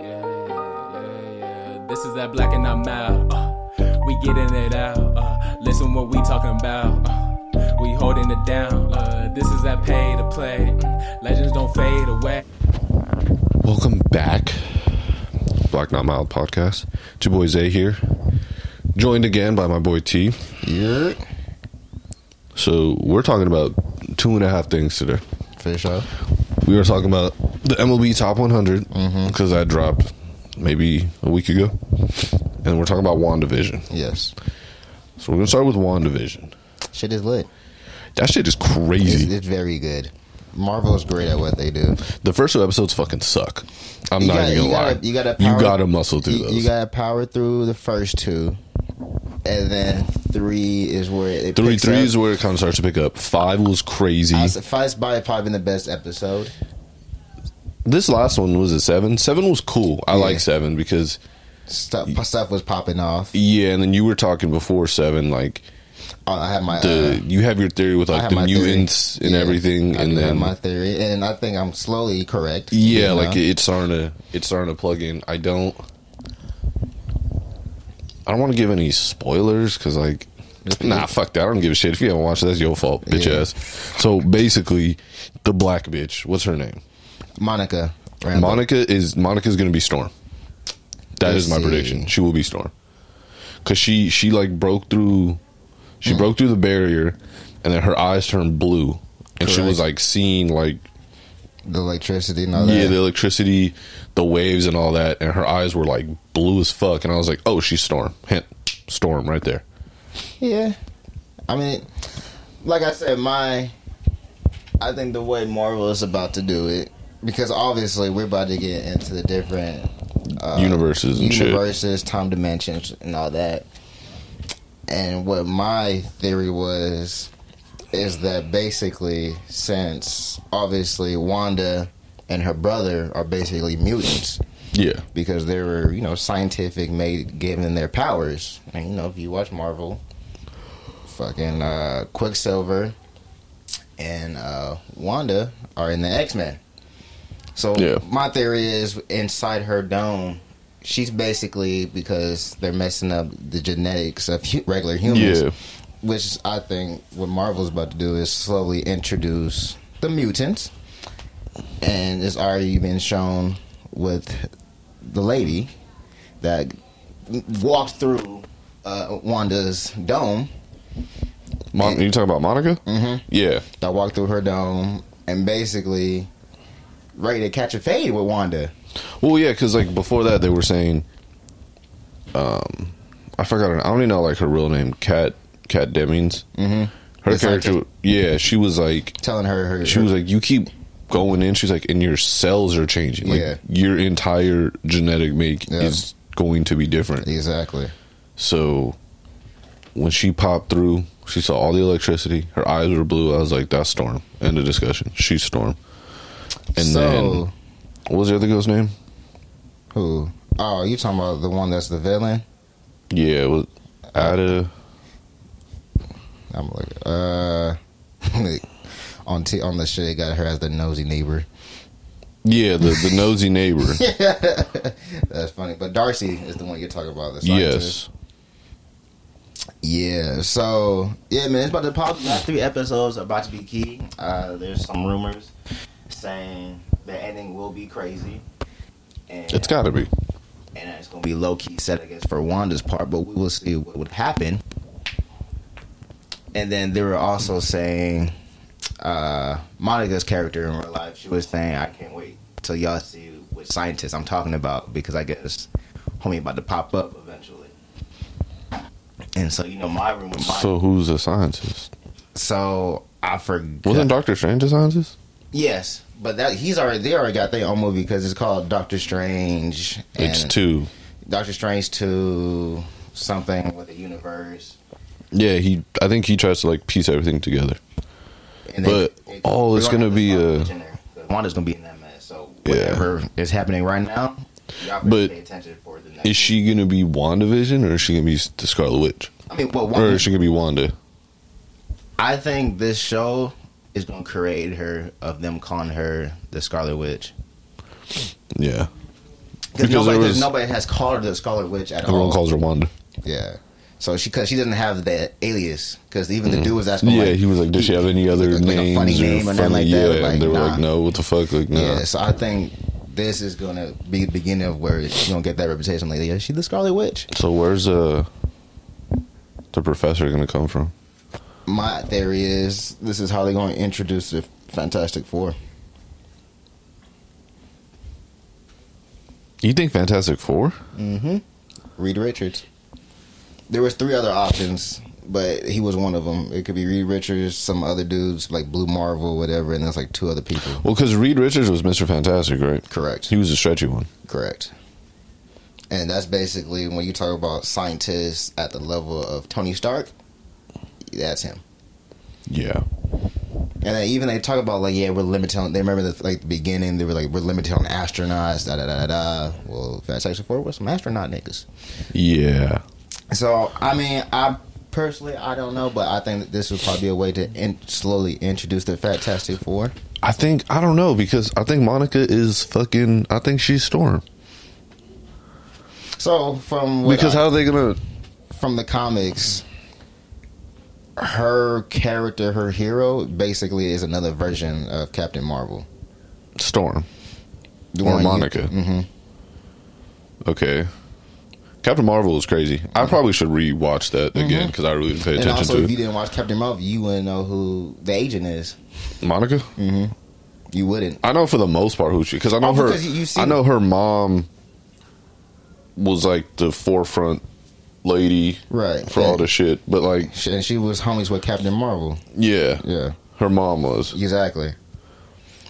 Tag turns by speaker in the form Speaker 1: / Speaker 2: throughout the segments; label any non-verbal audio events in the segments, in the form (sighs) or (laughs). Speaker 1: Yeah, yeah, yeah. This is that black and I'm out. Uh, we getting it out. Uh, listen what we talking about. Uh, we holding it down. Uh, this is that pay to play. Mm, legends don't fade away.
Speaker 2: Welcome back, Black Not Mild podcast. Two boys A here, joined again by my boy T.
Speaker 3: Yeah.
Speaker 2: So we're talking about two and a half things today.
Speaker 3: For sure.
Speaker 2: We were talking about the MLB Top 100
Speaker 3: Mm-hmm.
Speaker 2: because that dropped maybe a week ago, and we're talking about Wandavision.
Speaker 3: Yes.
Speaker 2: So we're gonna start with Wandavision.
Speaker 3: Shit is lit.
Speaker 2: That shit is
Speaker 3: It's,
Speaker 2: crazy.
Speaker 3: it's very good. Marvel's great at what they do.
Speaker 2: The first two episodes fucking suck. I'm
Speaker 3: You
Speaker 2: not
Speaker 3: gotta-
Speaker 2: even gonna
Speaker 3: you
Speaker 2: lie.
Speaker 3: gotta- you gotta
Speaker 2: you
Speaker 3: power-
Speaker 2: gotta muscle through
Speaker 3: You,
Speaker 2: those.
Speaker 3: you gotta power through the first two, and then three is where it
Speaker 2: Three
Speaker 3: picks
Speaker 2: three
Speaker 3: up.
Speaker 2: is where it kind of starts to pick up. Five was crazy.
Speaker 3: I was surprised by it probably been the best episode.
Speaker 2: this last one was a seven. Seven was cool. I
Speaker 3: Yeah.
Speaker 2: like seven because
Speaker 3: Stuff stuff was popping off.
Speaker 2: yeah. And then you were talking before seven, like
Speaker 3: Oh, I had my
Speaker 2: the
Speaker 3: uh,
Speaker 2: you have your theory with
Speaker 3: I
Speaker 2: like
Speaker 3: had
Speaker 2: the
Speaker 3: my theory.
Speaker 2: mutants and
Speaker 3: Yeah,
Speaker 2: everything,
Speaker 3: I
Speaker 2: and
Speaker 3: do have
Speaker 2: then
Speaker 3: my theory, and I think I'm slowly correct.
Speaker 2: yeah,
Speaker 3: you
Speaker 2: like
Speaker 3: know?
Speaker 2: it, it's starting to it's starting to plug in. I don't. I don't want to give any spoilers because like. Nah, fuck that. I don't give a shit. If you haven't watched it, that's your fault, bitch
Speaker 3: Yeah.
Speaker 2: ass. So basically, the black bitch, what's her name?
Speaker 3: Monica. Rambeau.
Speaker 2: Monica is Monica's going to be Storm. That
Speaker 3: Let's
Speaker 2: is my
Speaker 3: see.
Speaker 2: prediction. She will be Storm because she she like broke through.
Speaker 3: Hmm.
Speaker 2: She broke through the barrier, and then her eyes turned blue, and she was
Speaker 3: Correct.
Speaker 2: like seeing like
Speaker 3: the electricity and all
Speaker 2: yeah
Speaker 3: that.
Speaker 2: the electricity, the waves, and all that, and her eyes were like blue as fuck, and I was like, oh, she's Storm. Hint, Storm right there.
Speaker 3: Yeah. I mean, like I said, my. I think the way Marvel is about to do it, because obviously we're about to get into the different uh,
Speaker 2: Universes and shit.
Speaker 3: universes, time dimensions, and all that. And what my theory was is that basically, since obviously Wanda and her brother are basically mutants,
Speaker 2: Yeah,
Speaker 3: because they were you know scientific made given their powers and you know if you watch marvel fucking uh quicksilver and uh wanda are in the x-men so
Speaker 2: Yeah.
Speaker 3: my theory is inside her dome she's basically because they're messing up the genetics of hu- regular humans
Speaker 2: Yeah.
Speaker 3: which i think what marvel's about to do is slowly introduce the mutants and it's already been shown with the lady that walked through uh, Wanda's dome,
Speaker 2: Mon- you talking about Monica? Mm-hmm. Yeah,
Speaker 3: that walked through her dome, and basically ready to catch a fade with Wanda.
Speaker 2: Well, yeah, because like before that, they were saying, um, I forgot. Her, I don't even know like her real name. Cat Cat Demings. Mm-hmm. Her
Speaker 3: The
Speaker 2: character,
Speaker 3: scientist.
Speaker 2: yeah, she was like,
Speaker 3: Telling her, her
Speaker 2: she was like, you keep going in. She's like, and your cells are changing. Like
Speaker 3: Yeah.
Speaker 2: your entire genetic make
Speaker 3: Yeah.
Speaker 2: is going to be different.
Speaker 3: exactly.
Speaker 2: So when she popped through, she saw all the electricity. Her eyes were blue. I was like, that's Storm. End of discussion. She's Storm. And
Speaker 3: so
Speaker 2: then what was the other girl's name?
Speaker 3: who? Oh, you talking about the one that's the villain?
Speaker 2: Yeah, it was Ada.
Speaker 3: I'm like, uh, (laughs) on t- on the shit, they got her as the nosy neighbor.
Speaker 2: Yeah, the, the nosy
Speaker 3: (laughs)
Speaker 2: neighbor.
Speaker 3: that's funny. But Darcy is the one you're talking about. The scientist.
Speaker 2: yes.
Speaker 3: Yeah, so yeah, man, it's about to pop. Last three episodes are about to be key. Uh, there's some rumors saying the ending will be crazy, and
Speaker 2: It's got to be.
Speaker 3: and it's gonna be low key set, I guess, for Wanda's part. But we will see what would happen. And then they were also saying, uh, Monica's character in real life, she was saying, "I can't wait till y'all see what scientists I'm talking about because I guess homie about to pop up eventually." And so you know, my room with my
Speaker 2: So who's a scientist?
Speaker 3: so I forgot.
Speaker 2: Wasn't Doctor Strange a scientist?
Speaker 3: yes, but that he's already they already got their own movie because it's called Doctor Strange.
Speaker 2: It's
Speaker 3: and
Speaker 2: two.
Speaker 3: Doctor Strange to something with the universe.
Speaker 2: Yeah, he. I think he tries to like piece everything together.
Speaker 3: And they-
Speaker 2: But, oh, it's
Speaker 3: we're
Speaker 2: gonna be,
Speaker 3: have
Speaker 2: uh,
Speaker 3: Scarlet Witch in there, 'cause Wanda's gonna be in that mess. So
Speaker 2: Yeah.
Speaker 3: whatever is happening right now, y'all better
Speaker 2: But
Speaker 3: pay attention for the next.
Speaker 2: Is she gonna be WandaVision or is she gonna be the Scarlet Witch
Speaker 3: I mean, well,
Speaker 2: or
Speaker 3: Wanda,
Speaker 2: is she gonna be Wanda?
Speaker 3: I think this show is gonna create her of them calling her the Scarlet Witch.
Speaker 2: Yeah,
Speaker 3: Cause
Speaker 2: Because
Speaker 3: nobody,
Speaker 2: there
Speaker 3: 'cause
Speaker 2: was-
Speaker 3: nobody has called her the Scarlet Witch at all.
Speaker 2: Everyone calls her Wanda.
Speaker 3: Yeah. So she cause she doesn't have that alias because even the dude was asking.
Speaker 2: Mm-hmm. yeah,
Speaker 3: like,
Speaker 2: he was like, "Does she have any other
Speaker 3: like a
Speaker 2: names?"
Speaker 3: funny
Speaker 2: or
Speaker 3: name or nothing like
Speaker 2: yeah,
Speaker 3: that? Like,
Speaker 2: and they were
Speaker 3: nah.
Speaker 2: like, "No, what the fuck?" Like, nah.
Speaker 3: Yeah, so I think this is gonna be the beginning of where she's gonna get that reputation. Like, yeah, she the Scarlet Witch.
Speaker 2: So where's uh the professor gonna come from?
Speaker 3: My theory is this is how they're gonna introduce the Fantastic Four.
Speaker 2: You think Fantastic Four?
Speaker 3: Mm-hmm. Reed Richards. There was three other options, but he was one of them. It could be Reed Richards, some other dudes like Blue Marvel, whatever, and there's like two other people.
Speaker 2: Well, because Reed Richards was Mister Fantastic, right?
Speaker 3: Correct.
Speaker 2: He was a stretchy one.
Speaker 3: Correct. And that's basically when you talk about scientists at the level of Tony Stark, that's him.
Speaker 2: Yeah.
Speaker 3: And they, even they talk about like, yeah, we're limited on. They remember the, like the beginning. They were like, we're limited on astronauts. Da da da da. da. Well, Fantastic Four was some astronaut niggas.
Speaker 2: Yeah.
Speaker 3: So I mean, I personally I don't know, but I think that this would probably be a way to in, slowly introduce the Fantastic Four.
Speaker 2: I think I don't know because I think Monica is fucking. I think she's Storm
Speaker 3: So from what
Speaker 2: because
Speaker 3: I-
Speaker 2: how are they gonna?
Speaker 3: from the comics, her character, her hero, basically is another version of Captain Marvel.
Speaker 2: Storm
Speaker 3: The
Speaker 2: or
Speaker 3: one you- mm-hmm.
Speaker 2: Monica. Okay. Captain Marvel is crazy. I probably should rewatch that again because I really didn't pay
Speaker 3: Mm-hmm. And
Speaker 2: attention
Speaker 3: also, if you
Speaker 2: to
Speaker 3: didn't watch Captain Marvel, you wouldn't know who the agent is.
Speaker 2: it. Monica.
Speaker 3: You wouldn't.
Speaker 2: I know for the most part who she because I know
Speaker 3: Mm. Oh,
Speaker 2: her.
Speaker 3: because you- you seen-
Speaker 2: I know her mom was like the forefront lady
Speaker 3: Right.
Speaker 2: for all this shit, but like,
Speaker 3: She- And she was homies with Captain Marvel.
Speaker 2: yeah,
Speaker 3: Yeah.
Speaker 2: her mom was.
Speaker 3: Exactly.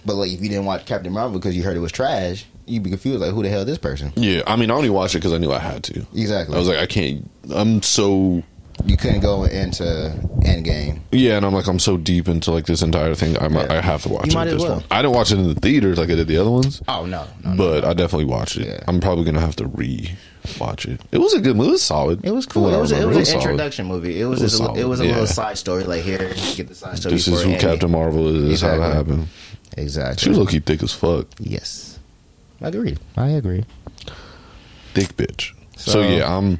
Speaker 3: But like, if you didn't watch Captain Marvel because you heard it was trash, you'd be confused. Like, who the hell is this person?
Speaker 2: Yeah, I mean, I only watched it because I knew I had to.
Speaker 3: Exactly.
Speaker 2: I was like, I can't. I'm so
Speaker 3: you couldn't go into Endgame.
Speaker 2: yeah, and I'm like, I'm so deep into like this entire thing. I might,
Speaker 3: Yeah.
Speaker 2: I have to watch
Speaker 3: You
Speaker 2: it.
Speaker 3: might
Speaker 2: at
Speaker 3: as
Speaker 2: This
Speaker 3: well.
Speaker 2: one. I didn't watch it in the theaters like I did the other ones,
Speaker 3: Oh no, no, no.
Speaker 2: but I definitely watched it.
Speaker 3: Yeah.
Speaker 2: I'm probably gonna have to re-watch it. It was a good movie. It was solid.
Speaker 3: It was
Speaker 2: From
Speaker 3: cool.
Speaker 2: what
Speaker 3: It
Speaker 2: I
Speaker 3: was, it
Speaker 2: remember,
Speaker 3: was an
Speaker 2: solid.
Speaker 3: introduction movie. It was
Speaker 2: It was
Speaker 3: just a, little- it
Speaker 2: solid,
Speaker 3: was a
Speaker 2: yeah.
Speaker 3: little side story. Like here, you get the side story.
Speaker 2: This is
Speaker 3: before
Speaker 2: who
Speaker 3: Endgame.
Speaker 2: Captain Marvel is. This is how that
Speaker 3: Exactly.
Speaker 2: happened. She
Speaker 3: Exactly.
Speaker 2: was low key thick as fuck.
Speaker 3: yes, I agree. I agree.
Speaker 2: Thick bitch. So,
Speaker 3: So- eh.
Speaker 2: yeah, I'm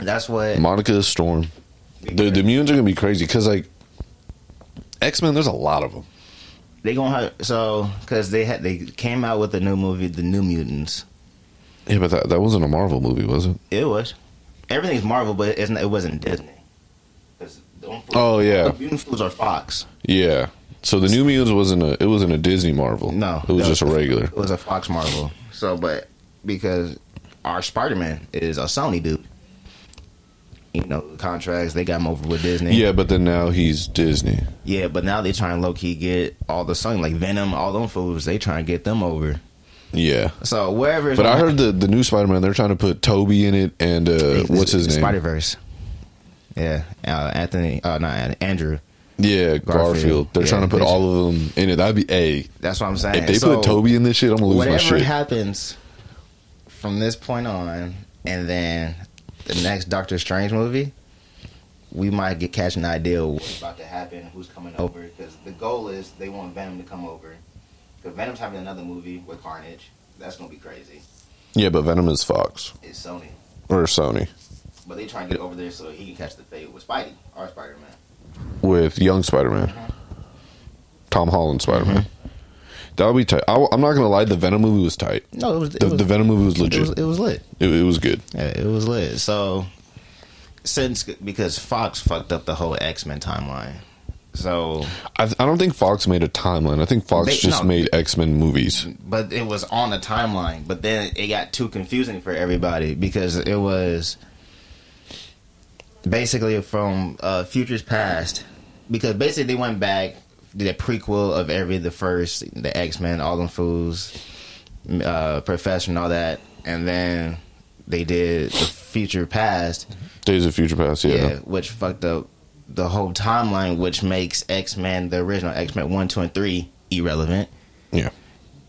Speaker 3: That's what.
Speaker 2: Monica is Storm. The the mutants are gonna be crazy because like X Men, there's a lot of them.
Speaker 3: they gonna have so because they had they came out with a new movie, The New Mutants.
Speaker 2: Yeah, but that, that wasn't a Marvel movie, was it?
Speaker 3: It was everything's Marvel, but it's not, it wasn't Disney. 'Cause the only-
Speaker 2: Oh, yeah.
Speaker 3: the Mutant Fools are Fox.
Speaker 2: Yeah. So the New Mutants wasn't a it wasn't a Disney Marvel.
Speaker 3: No,
Speaker 2: it was
Speaker 3: no.
Speaker 2: just a regular.
Speaker 3: It was a Fox Marvel. So, but because our Spider Man is a Sony dude, you know the contracts they got him over with Disney.
Speaker 2: Yeah, but then now he's Disney.
Speaker 3: yeah. But now they trying low key get all the Sony like Venom, all them fools. They trying to get them over.
Speaker 2: Yeah.
Speaker 3: So wherever. it's
Speaker 2: But I
Speaker 3: gonna-
Speaker 2: heard the the new Spider Man. They're trying to put Toby in it, and uh, what's his name?
Speaker 3: Spider Verse. Yeah, uh, Anthony. Uh, not An- Andrew.
Speaker 2: yeah, Garfield. They're
Speaker 3: Yeah,
Speaker 2: trying to put
Speaker 3: they-
Speaker 2: all of them in it. That'd be a.
Speaker 3: That's what I'm saying.
Speaker 2: If they
Speaker 3: So-
Speaker 2: put Toby in this shit, I'm gonna lose my
Speaker 3: whatever
Speaker 2: shit.
Speaker 3: happens from this point on, and then the next Doctor Strange movie, we might get catch an idea of what's about to happen, who's coming over, because the goal is they want Venom to come over. Because Venom's having another movie with Carnage. That's gonna be crazy.
Speaker 2: yeah, but Venom is Fox
Speaker 3: It's Sony,
Speaker 2: or Sony
Speaker 3: but they trying to get over there so he can catch the fate with Spidey or Spider Man.
Speaker 2: with young Spider Man, Tom Holland Spider
Speaker 3: Mm-hmm.
Speaker 2: Man. That'll be tight. I, am not gonna lie. The Venom movie was tight.
Speaker 3: No, it was
Speaker 2: The, the Venom movie was legit.
Speaker 3: lit.
Speaker 2: It- it was good.
Speaker 3: Yeah, it was lit. So since because Fox fucked up the whole X Men timeline, so
Speaker 2: I, I don't think Fox made a timeline. I think Fox
Speaker 3: They-
Speaker 2: just
Speaker 3: no.
Speaker 2: made X Men movies.
Speaker 3: but it was on a timeline. But then it got too confusing for everybody because it was basically from uh, futures past. Because basically they went back did a prequel of every the first the X Men, all them fools, uh, Professor, and all that, and then they did the future past.
Speaker 2: Days of Future Past. Yeah.
Speaker 3: yeah. which fucked up the whole timeline, which makes X Men the original X Men one, two, and three irrelevant.
Speaker 2: Yeah.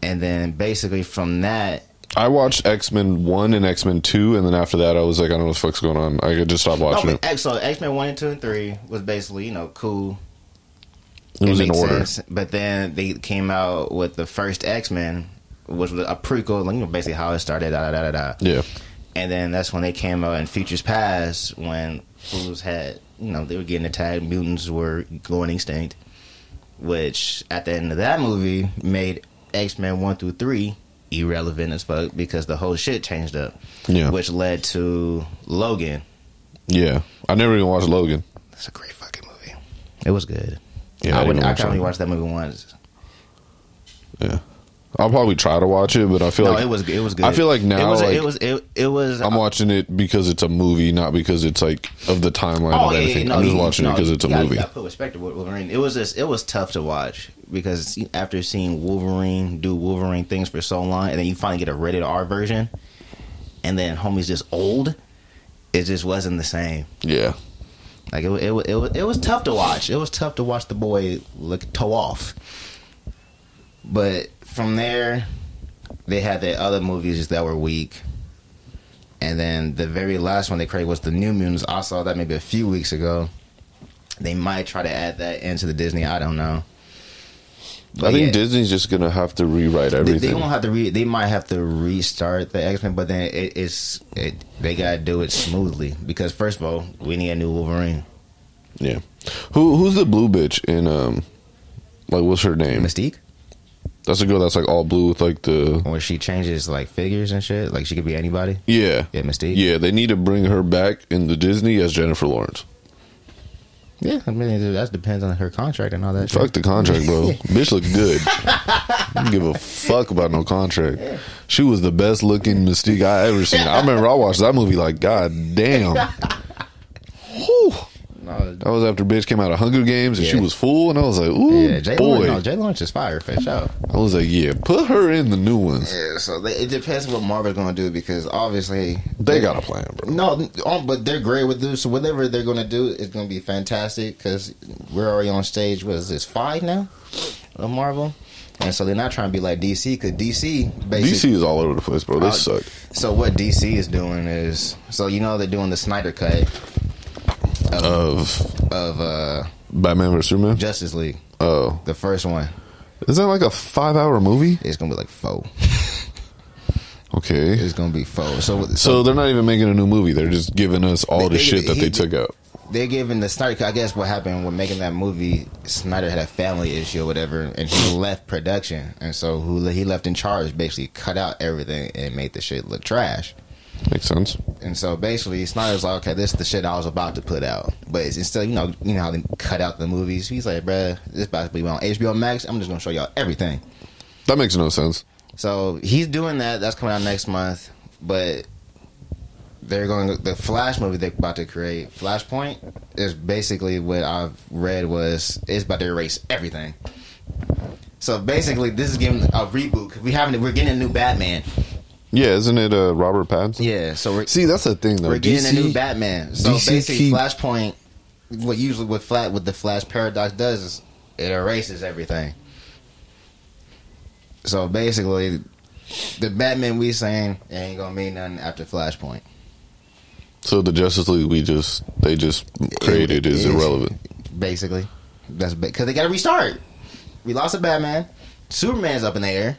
Speaker 3: And then basically from that,
Speaker 2: I watched X Men One and X Men Two, and then after that, I was like, I don't know what the fuck's going on. I could just stop
Speaker 3: no,
Speaker 2: watching
Speaker 3: but X- so X Men one and two and three was basically you know cool.
Speaker 2: it. It was in
Speaker 3: makes
Speaker 2: order.
Speaker 3: sense. but then they came out with the first X Men, which was a prequel, like you know, basically how it started. Da da da da. da.
Speaker 2: Yeah.
Speaker 3: And then that's when they came out in Futures Past when fools had, you know, they were getting attacked, mutants were going extinct, which at the end of that movie made X Men 1 through 3 irrelevant as fuck because the whole shit changed up,
Speaker 2: Yeah.
Speaker 3: which led to Logan.
Speaker 2: Yeah. I never even watched Logan.
Speaker 3: It's a great fucking movie. It was good.
Speaker 2: Yeah, I
Speaker 3: I,
Speaker 2: didn't
Speaker 3: wouldn't, I
Speaker 2: watch
Speaker 3: can only
Speaker 2: it.
Speaker 3: watch that movie once.
Speaker 2: Yeah. I'll probably try to watch it, but I feel
Speaker 3: No,
Speaker 2: like
Speaker 3: it was it was good.
Speaker 2: I feel like now,
Speaker 3: it was
Speaker 2: like,
Speaker 3: it was it, it was
Speaker 2: I'm watching it because it's a movie, not because it's like of the timeline
Speaker 3: Oh,
Speaker 2: of anything. I'm just
Speaker 3: you-
Speaker 2: watching it
Speaker 3: no,
Speaker 2: because it's a
Speaker 3: you gotta-
Speaker 2: movie.
Speaker 3: you gotta put perspective with Wolverine. It was just, it was tough to watch because after seeing Wolverine do Wolverine things for so long, and then you finally get a rated R version, and then homie's just old. It just wasn't the same.
Speaker 2: Yeah.
Speaker 3: Like it, wa- it, wa- it, was, it was tough to watch. It was tough to watch the boy look toe off. But from there, they had the other movies that were weak, and then the very last one they created was the New Mutants. I saw that maybe a few weeks ago. They might try to add that into the Disney. I don't know.
Speaker 2: I
Speaker 3: But
Speaker 2: think
Speaker 3: yeah,
Speaker 2: Disney's just gonna have to rewrite
Speaker 3: they,
Speaker 2: everything.
Speaker 3: they won't have to re. They might have to restart the X Men, but then it, it's it, they gotta do it smoothly because first of all, we need a new Wolverine.
Speaker 2: yeah. Who who's the blue bitch in um like what's her name?
Speaker 3: Mystique.
Speaker 2: That's a girl that's like all blue with like the
Speaker 3: where she changes like figures and shit. Like she could be anybody.
Speaker 2: Yeah.
Speaker 3: Yeah, Mystique.
Speaker 2: Yeah, they need to bring her back in the Disney as Jennifer Lawrence.
Speaker 3: yeah. I mean, that depends on her contract and all that.
Speaker 2: Fuck
Speaker 3: shit.
Speaker 2: the contract, bro. Bitch look good. Don't give a fuck about no contract. She was the best looking Mystique I ever seen. I remember I watched that movie like, God damn. Whew.
Speaker 3: No,
Speaker 2: That was after bitch came out of Hunger Games and she
Speaker 3: Yeah.
Speaker 2: was full and I was like, ooh
Speaker 3: yeah, Jay
Speaker 2: boy.
Speaker 3: Lawrence. No, Jay Lawrence is fire for sure.
Speaker 2: I was like, yeah, put her in the new ones.
Speaker 3: Yeah. So they, it depends what Marvel's gonna do because obviously
Speaker 2: They got a plan, bro.
Speaker 3: No, um, but they're great with this. So whatever they're gonna do is gonna be fantastic because we're already on stage. What is this five now of Marvel? And so they're not trying to be like DC because DC
Speaker 2: DC
Speaker 3: basically
Speaker 2: is all over the place,
Speaker 3: Uh,
Speaker 2: bro. They suck.
Speaker 3: So what DC is doing is so you know they're doing the Snyder cut uh,
Speaker 2: Of
Speaker 3: of uh
Speaker 2: Batman vs Superman.
Speaker 3: Justice League.
Speaker 2: Oh,
Speaker 3: The first one
Speaker 2: is that like a five-hour movie?
Speaker 3: is gonna be like four.
Speaker 2: Okay,
Speaker 3: It's gonna be four. So,
Speaker 2: so they're not even making a new movie. They're just giving us all the
Speaker 3: They- they-
Speaker 2: shit that
Speaker 3: he-
Speaker 2: they took out.
Speaker 3: they're giving the Snyder. Cut- I guess what happened with making that movie, Snyder had a family issue or whatever, and he left production, and so who he left in charge basically cut out everything and made the shit look trash.
Speaker 2: Makes sense.
Speaker 3: And so basically, Snyder's like, okay, this is the shit I was about to put out, but it's instead, you know, you know how they cut out the movies. He's like, bruh, this about to be on HBO Max. I'm just gonna show y'all everything.
Speaker 2: That makes no sense.
Speaker 3: So he's doing that. That's coming out next month. But they're going the Flash movie they're about to create. Flashpoint is basically what I've read was it's about to erase everything. So basically, this is giving a reboot. 'cause We haven't. We're getting a new Batman.
Speaker 2: Yeah, isn't it uh, Robert Pattinson?
Speaker 3: Yeah. So we're
Speaker 2: See, that's the thing though.
Speaker 3: we're getting
Speaker 2: DC
Speaker 3: a new Batman. So
Speaker 2: DC
Speaker 3: basically,
Speaker 2: keep-
Speaker 3: Flashpoint. What usually what flat what the Flash paradox does is it erases everything. So basically, the Batman we saying ain't gonna mean nothing after Flashpoint.
Speaker 2: So the Justice League we just they just created is
Speaker 3: It- it
Speaker 2: irrelevant.
Speaker 3: Basically, that's because they gotta restart. We lost a Batman. Superman's up in the air.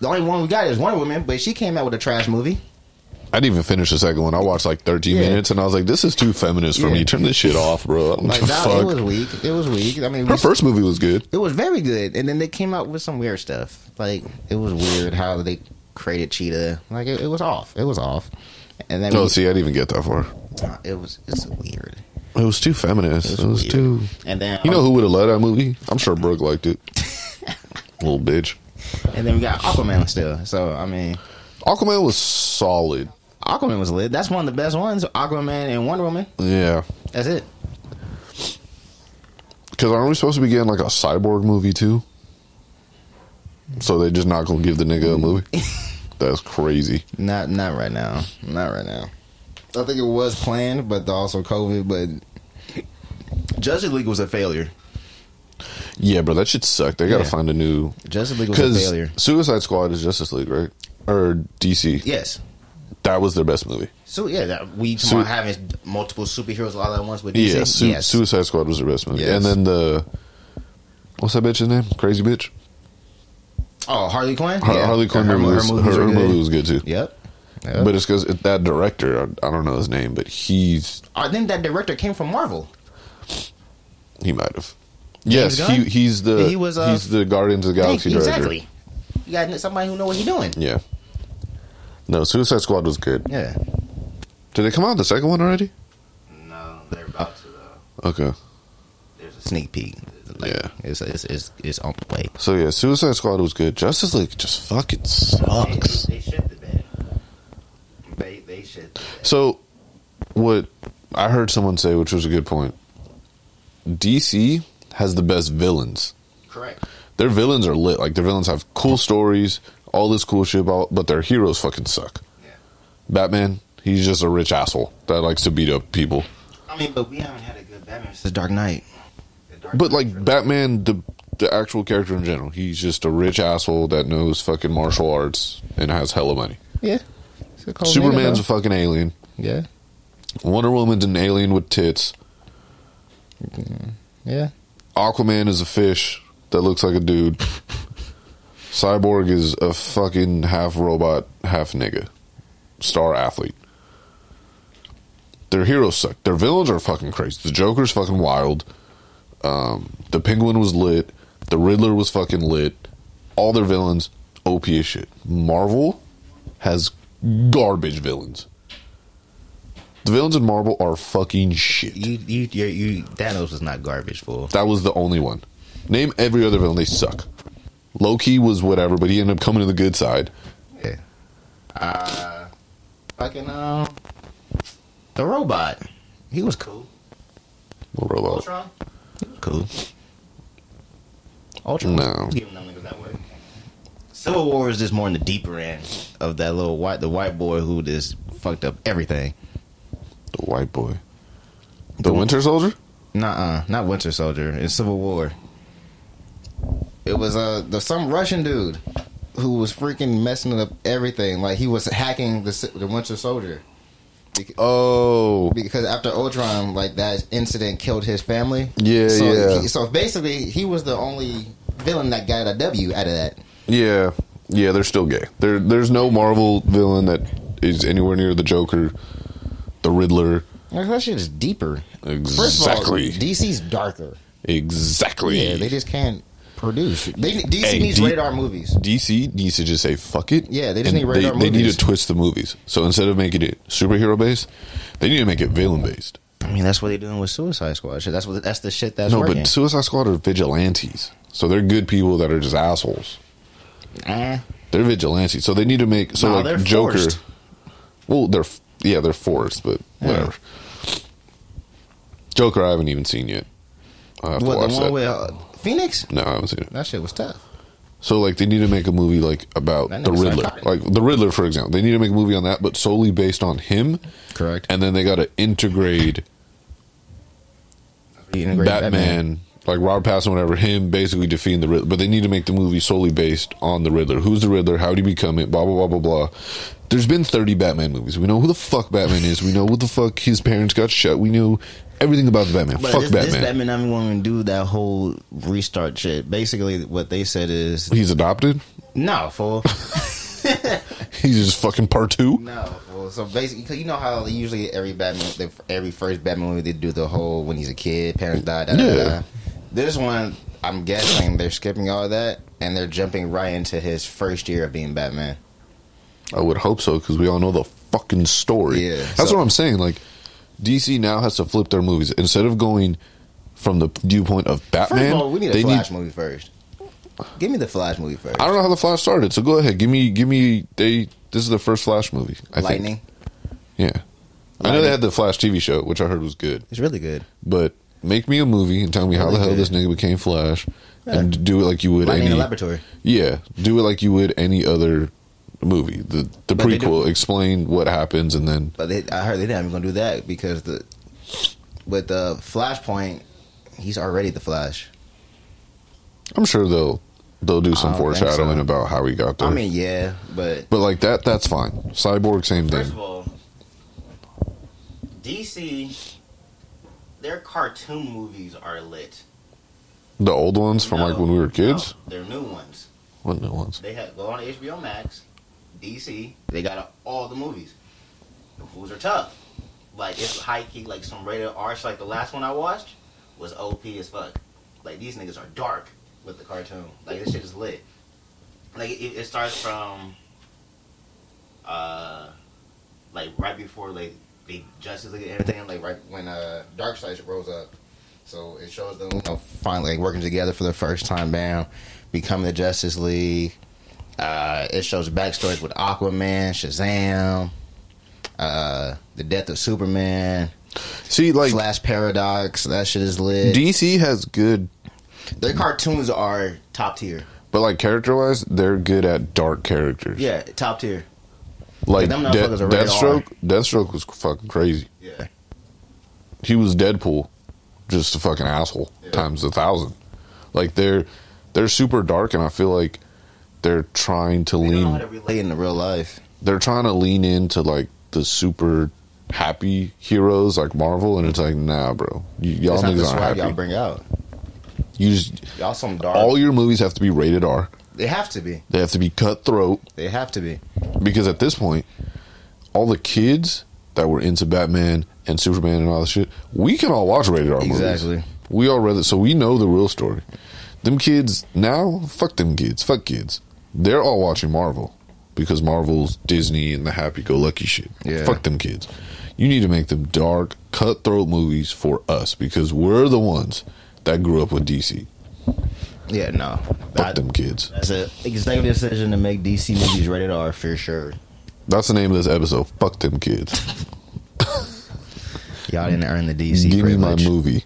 Speaker 3: The only one we got is Wonder Woman, but she came out with a trash movie.
Speaker 2: I didn't even finish the second one. I watched like 13
Speaker 3: Yeah.
Speaker 2: minutes and I was like, this is too feminist for
Speaker 3: Yeah.
Speaker 2: me. Turn this shit off, bro. I don't (laughs)
Speaker 3: Like
Speaker 2: give a
Speaker 3: that,
Speaker 2: fuck.
Speaker 3: it was weak. It was weak. I mean,
Speaker 2: Her
Speaker 3: we-
Speaker 2: first movie was good.
Speaker 3: it was very good. And then they came out with some weird stuff. Like it was weird how they created Cheetah. Like it, it was off. It was off. And then
Speaker 2: No, Oh, see, I didn't even get that far.
Speaker 3: it was it's weird.
Speaker 2: It was too feminist. It was,
Speaker 3: weird.
Speaker 2: too.
Speaker 3: And then
Speaker 2: You know who would have loved that movie? I'm sure Brooke liked
Speaker 3: (laughs)
Speaker 2: it. Little bitch.
Speaker 3: And then we got Aquaman still. So I mean,
Speaker 2: Aquaman was solid.
Speaker 3: Aquaman was lit. That's one of the best ones. Aquaman and Wonder Woman.
Speaker 2: Yeah.
Speaker 3: That's it.
Speaker 2: Because aren't we supposed to be getting like a cyborg movie too? So they just not gonna give the nigga a
Speaker 3: (laughs)
Speaker 2: movie? That's crazy.
Speaker 3: Not not right now. Not right now. I think it was planned, but also COVID. But Justice League was a failure.
Speaker 2: Yeah, bro, that shit sucked. They gotta
Speaker 3: Yeah.
Speaker 2: find a new.
Speaker 3: Justice League was a
Speaker 2: Because
Speaker 3: failure.
Speaker 2: Suicide Squad is Justice League, right? Or DC.
Speaker 3: Yes.
Speaker 2: That was their best movie.
Speaker 3: So yeah, that we
Speaker 2: Su-
Speaker 3: having multiple superheroes all at once with DC.
Speaker 2: Yeah, Su- Suicide Squad was their best movie.
Speaker 3: Yes.
Speaker 2: And then the. What's that bitch's name? Crazy Bitch?
Speaker 3: Oh, Harley Quinn.
Speaker 2: Har-
Speaker 3: Yeah.
Speaker 2: Harley Quinn movie was, her,
Speaker 3: movies are
Speaker 2: her
Speaker 3: good.
Speaker 2: movie was good too.
Speaker 3: Yep. Yep.
Speaker 2: But it's because that director, I, I don't know his name, but he's
Speaker 3: I think Oh, that director came from Marvel.
Speaker 2: he might have. Yes, he
Speaker 3: Gunn?
Speaker 2: he's the
Speaker 3: He was, uh,
Speaker 2: he's the Guardians of the Galaxy
Speaker 3: Thank-
Speaker 2: director.
Speaker 3: exactly. You got somebody who know what he doing.
Speaker 2: Yeah. No, Suicide Squad was good.
Speaker 3: Yeah.
Speaker 2: Did they come out with the second one already?
Speaker 4: No, they're about to though.
Speaker 2: Okay.
Speaker 4: There's a
Speaker 3: Sneak peek. Like,
Speaker 2: Yeah.
Speaker 3: It's, it's it's it's on the way.
Speaker 2: So yeah, Suicide Squad was good. Justice League just fucking sucks.
Speaker 4: They, they shit the bed. They they shit. The bed.
Speaker 2: So, what I heard someone say, which was a good point, DC has the best villains.
Speaker 4: Correct.
Speaker 2: Their villains are lit. Like their villains have cool stories, all this cool shit, about, but their heroes fucking suck.
Speaker 4: Yeah.
Speaker 2: Batman, he's just a rich asshole that likes to beat up people.
Speaker 4: I mean, but we haven't had a good Batman
Speaker 3: It's
Speaker 4: since
Speaker 3: Dark Knight.
Speaker 4: the Dark
Speaker 2: But
Speaker 4: Knight
Speaker 2: like
Speaker 4: trilogy.
Speaker 2: Batman, the the actual character in general, he's just a rich asshole that knows fucking martial arts and has hella money.
Speaker 3: Yeah. It's a cold
Speaker 2: Superman's a
Speaker 3: nigga,
Speaker 2: fucking alien.
Speaker 3: though. yeah.
Speaker 2: Wonder Woman's an alien with tits.
Speaker 3: Yeah.
Speaker 2: Aquaman is a fish that looks like a dude. Cyborg is a fucking half robot, half nigga. Star athlete. Their heroes suck. Their villains are fucking crazy. The Joker's fucking wild. Um, the Penguin was lit. The Riddler was fucking lit. All their villains, OP as shit. Marvel has garbage villains. The villains in Marvel are fucking shit.
Speaker 3: You you you, you Thanos was not garbage fool.
Speaker 2: That was the only one. Name every other villain. They suck. Loki was whatever, but he ended up coming to the good side.
Speaker 3: Yeah. Uh, fucking um, the robot. He was cool.
Speaker 2: What robot?
Speaker 4: Ultron.
Speaker 3: Cool. Ultra.
Speaker 2: No.
Speaker 4: Giving them niggas that work.
Speaker 3: Civil War is just more in the deeper end of that little white, the white boy who just fucked up everything.
Speaker 2: The white boy. The Winter Soldier?
Speaker 3: Nah, not Winter Soldier. It's Civil War. It was uh, the, some Russian dude who was freaking messing up everything. Like he was hacking the si- the Winter Soldier
Speaker 2: Oh.
Speaker 3: because after Ultron, like that incident killed his family.
Speaker 2: Yeah,
Speaker 3: so,
Speaker 2: yeah.
Speaker 3: he- so basically, he was the only villain that got a W out of that.
Speaker 2: Yeah. Yeah, they're still gay. There, there's no Marvel villain that is anywhere near the Joker, the Riddler.
Speaker 3: Like, that shit is deeper. First
Speaker 2: Exactly.
Speaker 3: of all, DC's darker.
Speaker 2: exactly.
Speaker 3: Yeah, they just can't produce. They, DC
Speaker 2: Hey,
Speaker 3: needs
Speaker 2: D-
Speaker 3: radar movies.
Speaker 2: DC needs to just say fuck it.
Speaker 3: Yeah, they just
Speaker 2: and
Speaker 3: need radar
Speaker 2: they, they need
Speaker 3: movies.
Speaker 2: to twist the movies. So instead of making it superhero based, they need to make it villain based.
Speaker 3: I mean, that's what they're doing with Suicide Squad. Shit, that's what that's the shit that's
Speaker 2: No,
Speaker 3: working.
Speaker 2: but Suicide Squad are vigilantes. So they're good people that are just assholes.
Speaker 3: Eh.
Speaker 2: They're vigilantes. So they need to make so
Speaker 3: No, they're
Speaker 2: like Joker.
Speaker 3: forced.
Speaker 2: Well, they're f- yeah, they're forced, but whatever. Joker, I haven't even seen yet. I have to
Speaker 3: What
Speaker 2: watch
Speaker 3: the one
Speaker 2: that.
Speaker 3: with uh, Phoenix?
Speaker 2: no, I haven't seen it.
Speaker 3: That shit was tough.
Speaker 2: So like they need to make a movie like about
Speaker 3: That
Speaker 2: the
Speaker 3: nigga's
Speaker 2: Riddler,
Speaker 3: psychotic.
Speaker 2: like the Riddler, for example. They need to make a movie on that, but solely based on him.
Speaker 3: Correct.
Speaker 2: And then they got to integrate
Speaker 3: Batman.
Speaker 2: Batman, like Robert Pattinson, whatever, him basically defeating the Riddler. But they need to make the movie solely based on the Riddler. Who's the Riddler? How do you become it? Blah blah blah blah blah. There's been 30 Batman movies. We know who the fuck Batman is. We know who the fuck his parents got shot. We know everything about the Batman.
Speaker 3: But
Speaker 2: fuck
Speaker 3: this,
Speaker 2: Batman.
Speaker 3: this Batman, I'm going to do that whole restart shit. Basically, what they said is
Speaker 2: He's adopted.
Speaker 3: no,
Speaker 2: (laughs)
Speaker 3: fool,
Speaker 2: He's just fucking part two.
Speaker 3: no, fool. So basically, 'cause you know how usually every Batman, they, every first Batman movie, they do the whole when he's a kid, parents die, da, da, da,
Speaker 2: Yeah.
Speaker 3: da. This one, I'm guessing they're skipping all that and they're jumping right into his first year of being Batman.
Speaker 2: I would hope so because we all know the fucking story.
Speaker 3: Yeah,
Speaker 2: that's
Speaker 3: so-
Speaker 2: what I'm saying. Like DC now has to flip their movies instead of going from the viewpoint of
Speaker 3: First
Speaker 2: Batman.
Speaker 3: of all, we need a
Speaker 2: they
Speaker 3: Flash movie first. Give me the Flash movie first.
Speaker 2: I don't know how the Flash started, so go ahead. Give me, give me. They this is the first Flash movie. I
Speaker 3: Lightning.
Speaker 2: Think. Yeah, I know they had the Flash TV show, which I heard was good.
Speaker 3: It's really good.
Speaker 2: But make me a movie and tell me how the
Speaker 3: Really
Speaker 2: hell
Speaker 3: good.
Speaker 2: this nigga became Flash, and do it like you would
Speaker 3: Lightning in
Speaker 2: any
Speaker 3: the laboratory.
Speaker 2: Yeah, do it like you would any other movie. The the
Speaker 3: But they
Speaker 2: prequel,
Speaker 3: do-
Speaker 2: explain what happens, and then
Speaker 3: But they, I heard they're not even gonna do that because the with the Flashpoint, he's already the Flash.
Speaker 2: I'm sure they'll they'll do some
Speaker 3: I don't think
Speaker 2: foreshadowing
Speaker 3: so.
Speaker 2: about how he got there.
Speaker 3: I mean, yeah, but
Speaker 2: but like that, that's fine. Cyborg, same
Speaker 4: First
Speaker 2: thing.
Speaker 4: of all, DC, their cartoon movies are lit.
Speaker 2: The old ones from
Speaker 4: No,
Speaker 2: like when we were
Speaker 4: no,
Speaker 2: kids.
Speaker 4: they're new ones.
Speaker 2: What new ones?
Speaker 4: They have go on HBO Max, DC. They got all the movies. The fools are tough. Like it's high key, like some rated R. So like the last one I watched was OP as fuck. Like these niggas are dark with the cartoon. Like this shit is lit. Like it, it starts from, uh, like right before like the Justice League and everything. Like right
Speaker 3: when uh, Darkseid rose up. So it shows them you know, finally working together for the first time, bam, becoming the Justice League. Uh, it shows backstories with Aquaman, Shazam, uh, the death of Superman,
Speaker 2: See, like
Speaker 3: Flash Paradox. That shit is lit.
Speaker 2: DC has good,
Speaker 3: Their cartoons are top tier.
Speaker 2: but like character wise, they're good at dark characters.
Speaker 3: Yeah, top tier.
Speaker 2: like
Speaker 3: them
Speaker 2: De-
Speaker 3: motherfuckers are rated
Speaker 2: Deathstroke. Deathstroke was fucking crazy.
Speaker 4: yeah.
Speaker 2: He was Deadpool, just a fucking asshole times a thousand. Like they're they're super dark, and I feel like they're trying to
Speaker 4: They
Speaker 2: lean.
Speaker 4: don't know how to relate.
Speaker 3: Late in the real life.
Speaker 2: they're trying to lean into like the super happy heroes like Marvel, and it's like, nah, bro, y- y'all
Speaker 3: That's not the
Speaker 2: niggas aren't
Speaker 3: swag y'all
Speaker 2: happy.
Speaker 3: bring out.
Speaker 2: You just
Speaker 3: Y'all some dark.
Speaker 2: all your movies have to be rated R.
Speaker 3: they have to be.
Speaker 2: They have to be cutthroat
Speaker 3: They have to be.
Speaker 2: because at this point, all the kids that were into Batman and Superman and all that shit, we can all watch rated R movies.
Speaker 3: Exactly.
Speaker 2: We all read it, so we know the real story. Them kids now, fuck them kids, fuck kids. They're all watching Marvel because Marvel's Disney and the happy-go-lucky shit.
Speaker 3: Yeah.
Speaker 2: Fuck them kids. You need to make them dark, cutthroat movies for us because we're the ones that grew up with DC.
Speaker 3: Yeah, no.
Speaker 2: Fuck
Speaker 3: I-
Speaker 2: them kids.
Speaker 3: That's an executive decision to make DC movies rated R for sure.
Speaker 2: That's the name of this episode. Fuck them kids.
Speaker 3: Y'all didn't earn the DC
Speaker 2: Give me my
Speaker 3: privilege.
Speaker 2: movie.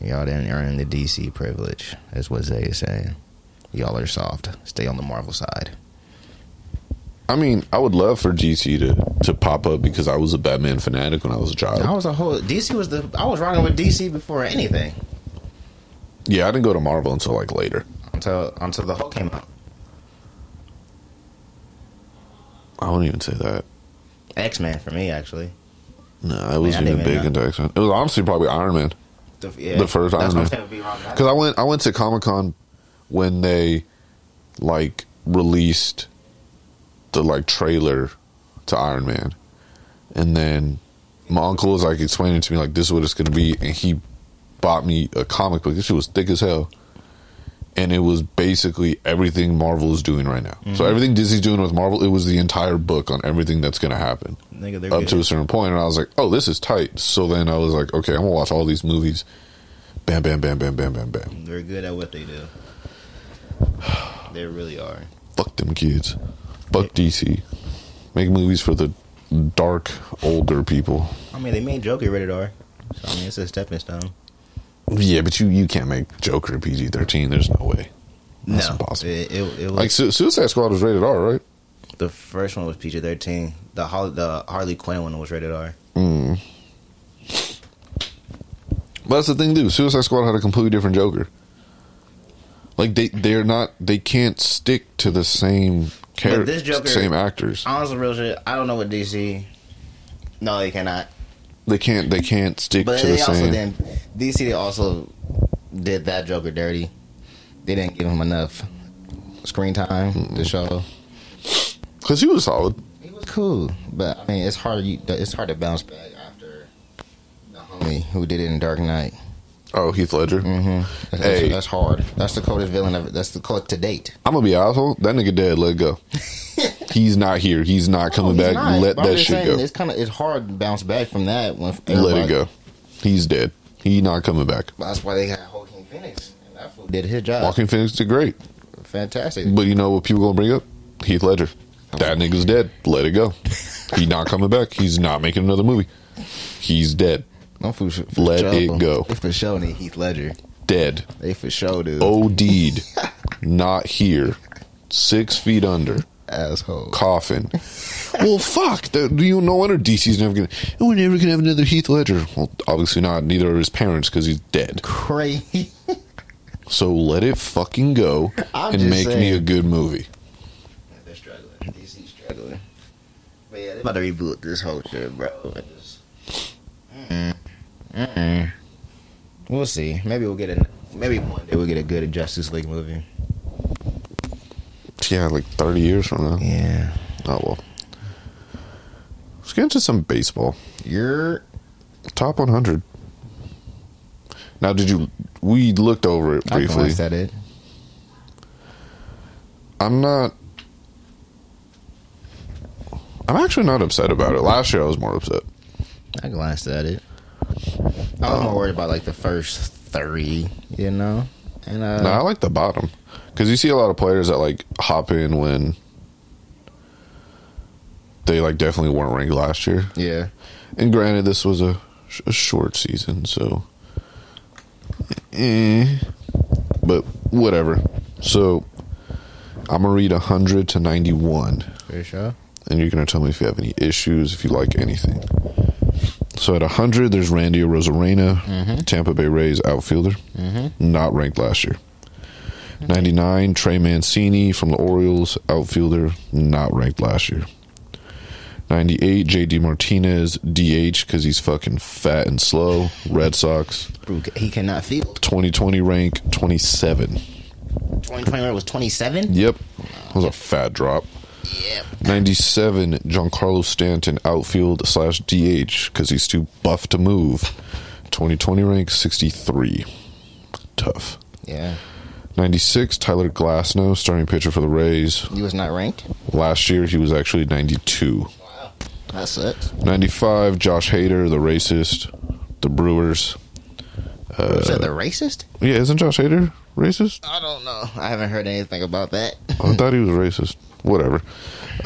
Speaker 3: Y'all didn't earn the DC privilege. That's what Zay is saying. Y'all are soft. Stay on the Marvel side.
Speaker 2: I mean, I would love for GC to, to pop up because I was a Batman fanatic when I was a child.
Speaker 3: I was a whole DC was the I was rocking with DC before anything
Speaker 2: Yeah, I didn't go to Marvel until like later.
Speaker 3: until until the Hulk came out.
Speaker 2: I wouldn't even say that.
Speaker 3: X Men for me actually.
Speaker 2: No, I wasn't
Speaker 3: I didn't
Speaker 2: even big
Speaker 3: even
Speaker 2: into X Men. It was honestly probably Iron Man
Speaker 3: The, yeah.
Speaker 2: the first
Speaker 4: That's what
Speaker 2: Iron
Speaker 4: I'm
Speaker 2: Man
Speaker 4: saying. Would be wrong.
Speaker 2: because I went I went to Comic Con when they like released the like trailer to Iron Man, and then my uncle was like explaining to me like this is what it's gonna be, and he bought me a comic book. This shit was thick as hell, and it was basically everything Marvel is doing right now. So everything Disney's doing with Marvel, it was the entire book on everything that's gonna happen
Speaker 3: Nigga, they're
Speaker 2: up
Speaker 3: good.
Speaker 2: to a certain point, and I was like, "Oh, this is tight." So then I was like, "Okay, I'm gonna watch all these movies." Bam, bam, bam, bam, bam, bam, bam.
Speaker 3: They're good at what they (sighs) do. They really are.
Speaker 2: Fuck them kids. Fuck DC. Make movies for the dark older people.
Speaker 3: I mean, they made Joker rated R. So I mean, it's a stepping stone.
Speaker 2: Yeah, but you you can't make Joker PG thirteen. There's no way. That's
Speaker 3: no,
Speaker 2: impossible.
Speaker 3: It, it, it was
Speaker 2: Like Su- Suicide Squad was rated R, right?
Speaker 3: the first one was PG thirteen. The Hol- the Harley Quinn one was rated R.
Speaker 2: But that's the thing, too. Suicide Squad had a completely different Joker. Like they they're not they can't stick to the same
Speaker 3: this
Speaker 2: character,
Speaker 3: Joker-
Speaker 2: same actors.
Speaker 3: Honestly, real shit. I don't know what DC. No, they cannot.
Speaker 2: They can't they can't stick
Speaker 3: But
Speaker 2: to the
Speaker 3: they also
Speaker 2: same.
Speaker 3: didn't. DC they also did that Joker dirty. They didn't give him enough screen time to show.
Speaker 2: Because he was solid.
Speaker 3: He was cool, but I mean, it's hard. You, it's hard to bounce back after the homie who did it in Dark Knight.
Speaker 2: Oh, Heath Ledger.
Speaker 3: Mm-hmm. That's,
Speaker 2: Hey.
Speaker 3: that's hard. That's the coldest villain ever. That's the cold to date.
Speaker 2: I'm gonna be an asshole. That nigga dead. Let
Speaker 3: (laughs)
Speaker 2: go. he's not here. He's not coming
Speaker 3: No, Oh, he's
Speaker 2: back.
Speaker 3: not,
Speaker 2: Let
Speaker 3: but I'm
Speaker 2: that
Speaker 3: just
Speaker 2: shit
Speaker 3: saying,
Speaker 2: go.
Speaker 3: It's kind of it's hard to bounce back from that. When
Speaker 2: Let
Speaker 3: everybody-
Speaker 2: it go. He's dead. He not coming back.
Speaker 3: That's why they had Joaquin Phoenix. And that fool did his job.
Speaker 2: Walking Phoenix did great,
Speaker 3: Fantastic.
Speaker 2: but you know what people gonna bring up? Heath Ledger. That nigga's dead. Let it
Speaker 3: (laughs)
Speaker 2: go. He not coming back. He's not making another movie. He's dead.
Speaker 3: Them fools for,
Speaker 2: Let it go.
Speaker 3: They for sure need Heath Ledger.
Speaker 2: Dead.
Speaker 3: They for sure do.
Speaker 2: Oh.
Speaker 3: (laughs)
Speaker 2: OD'd. not here. Six feet under.
Speaker 3: asshole.
Speaker 2: coffin. well, fuck. that- Do you no wonder DC's never gonna. We're never gonna have another Heath Ledger. Well, obviously not. Neither are his parents because he's dead. (laughs)
Speaker 3: Crazy.
Speaker 2: So let it fucking go
Speaker 3: (laughs) I'm
Speaker 2: and
Speaker 3: just
Speaker 2: make me
Speaker 3: saying.
Speaker 2: a good movie.
Speaker 4: They're struggling. DC's struggling. But yeah, they
Speaker 3: About to reboot this whole shit, bro.
Speaker 4: just
Speaker 3: We'll see. Maybe we'll get a maybe one day we'll get a good Justice League movie.
Speaker 2: yeah, like thirty years from now.
Speaker 3: Yeah.
Speaker 2: Oh well. Let's get into some baseball.
Speaker 3: You're
Speaker 2: Top one hundred. Now, did you? We looked over it
Speaker 3: briefly.
Speaker 2: briefly.
Speaker 3: that it.
Speaker 2: I'm not. I'm actually not upset about it. Last year, I was more upset.
Speaker 3: I glanced at it. I was
Speaker 2: Oh.
Speaker 3: more worried about like the first three, you know. And uh,
Speaker 2: no, I like the bottom because you see a lot of players that like hop in when they like definitely weren't ranked last year.
Speaker 3: yeah,
Speaker 2: And granted, this was a, sh- a short season, so. Eh. But whatever. So, I'm going to read 100 to 91,
Speaker 3: for sure.
Speaker 2: and you're going to tell me if you have any issues, if you like anything. So, at 100, there's Randy Rosarena, Tampa Bay Rays outfielder, not ranked last year. 99, Trey Mancini from the Orioles, outfielder, not ranked last year. 98 JD Martinez DH cuz he's fucking fat and slow Red Sox
Speaker 3: Bro, he cannot field.
Speaker 2: 2020 rank 27
Speaker 3: Twenty twenty was twenty seven.
Speaker 2: yep that was a fat drop
Speaker 3: Yeah.
Speaker 2: 97 Giancarlo Stanton outfield slash DH cuz he's too buff to move 2020 rank 63 tough
Speaker 3: Yeah.
Speaker 2: 96 Tyler Glasnow starting pitcher for the Rays
Speaker 3: He was not ranked.
Speaker 2: last year he was actually 92
Speaker 3: That sucks.
Speaker 2: 95 Josh Hader the racist the Brewers
Speaker 3: Was that the racist?
Speaker 2: Yeah, isn't Josh Hader racist?
Speaker 3: I don't know. I haven't heard anything about that.
Speaker 2: I thought he was racist. Whatever.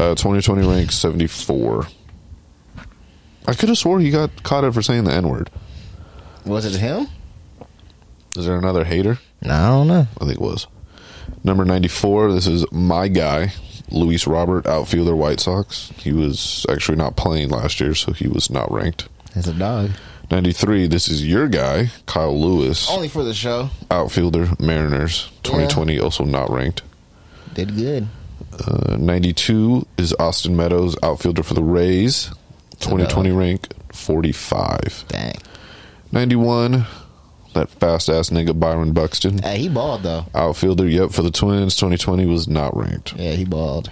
Speaker 2: Uh, 2020 rank 74. I could have swore he got caught up for saying the N word.
Speaker 3: Was it him?
Speaker 2: Is there another hater?
Speaker 3: No, I don't know.
Speaker 2: I think it was. Number 94, this is my guy, Luis Robert, outfielder, White Sox. He was actually not playing last year, so he was not ranked.
Speaker 3: It's a dog.
Speaker 2: 93, this is your guy, Kyle Lewis,
Speaker 3: Only for the show.
Speaker 2: outfielder, Mariners, 2020, also not ranked.
Speaker 3: Did good.
Speaker 2: Uh, 92 is Austin Meadows, outfielder for the Rays. 2020 rank 45.
Speaker 3: Dang.
Speaker 2: 91, that fast ass nigga Byron Buxton.
Speaker 3: Hey, he balled though.
Speaker 2: Outfielder, yep, for the Twins. 2020 was not ranked.
Speaker 3: Yeah, he balled.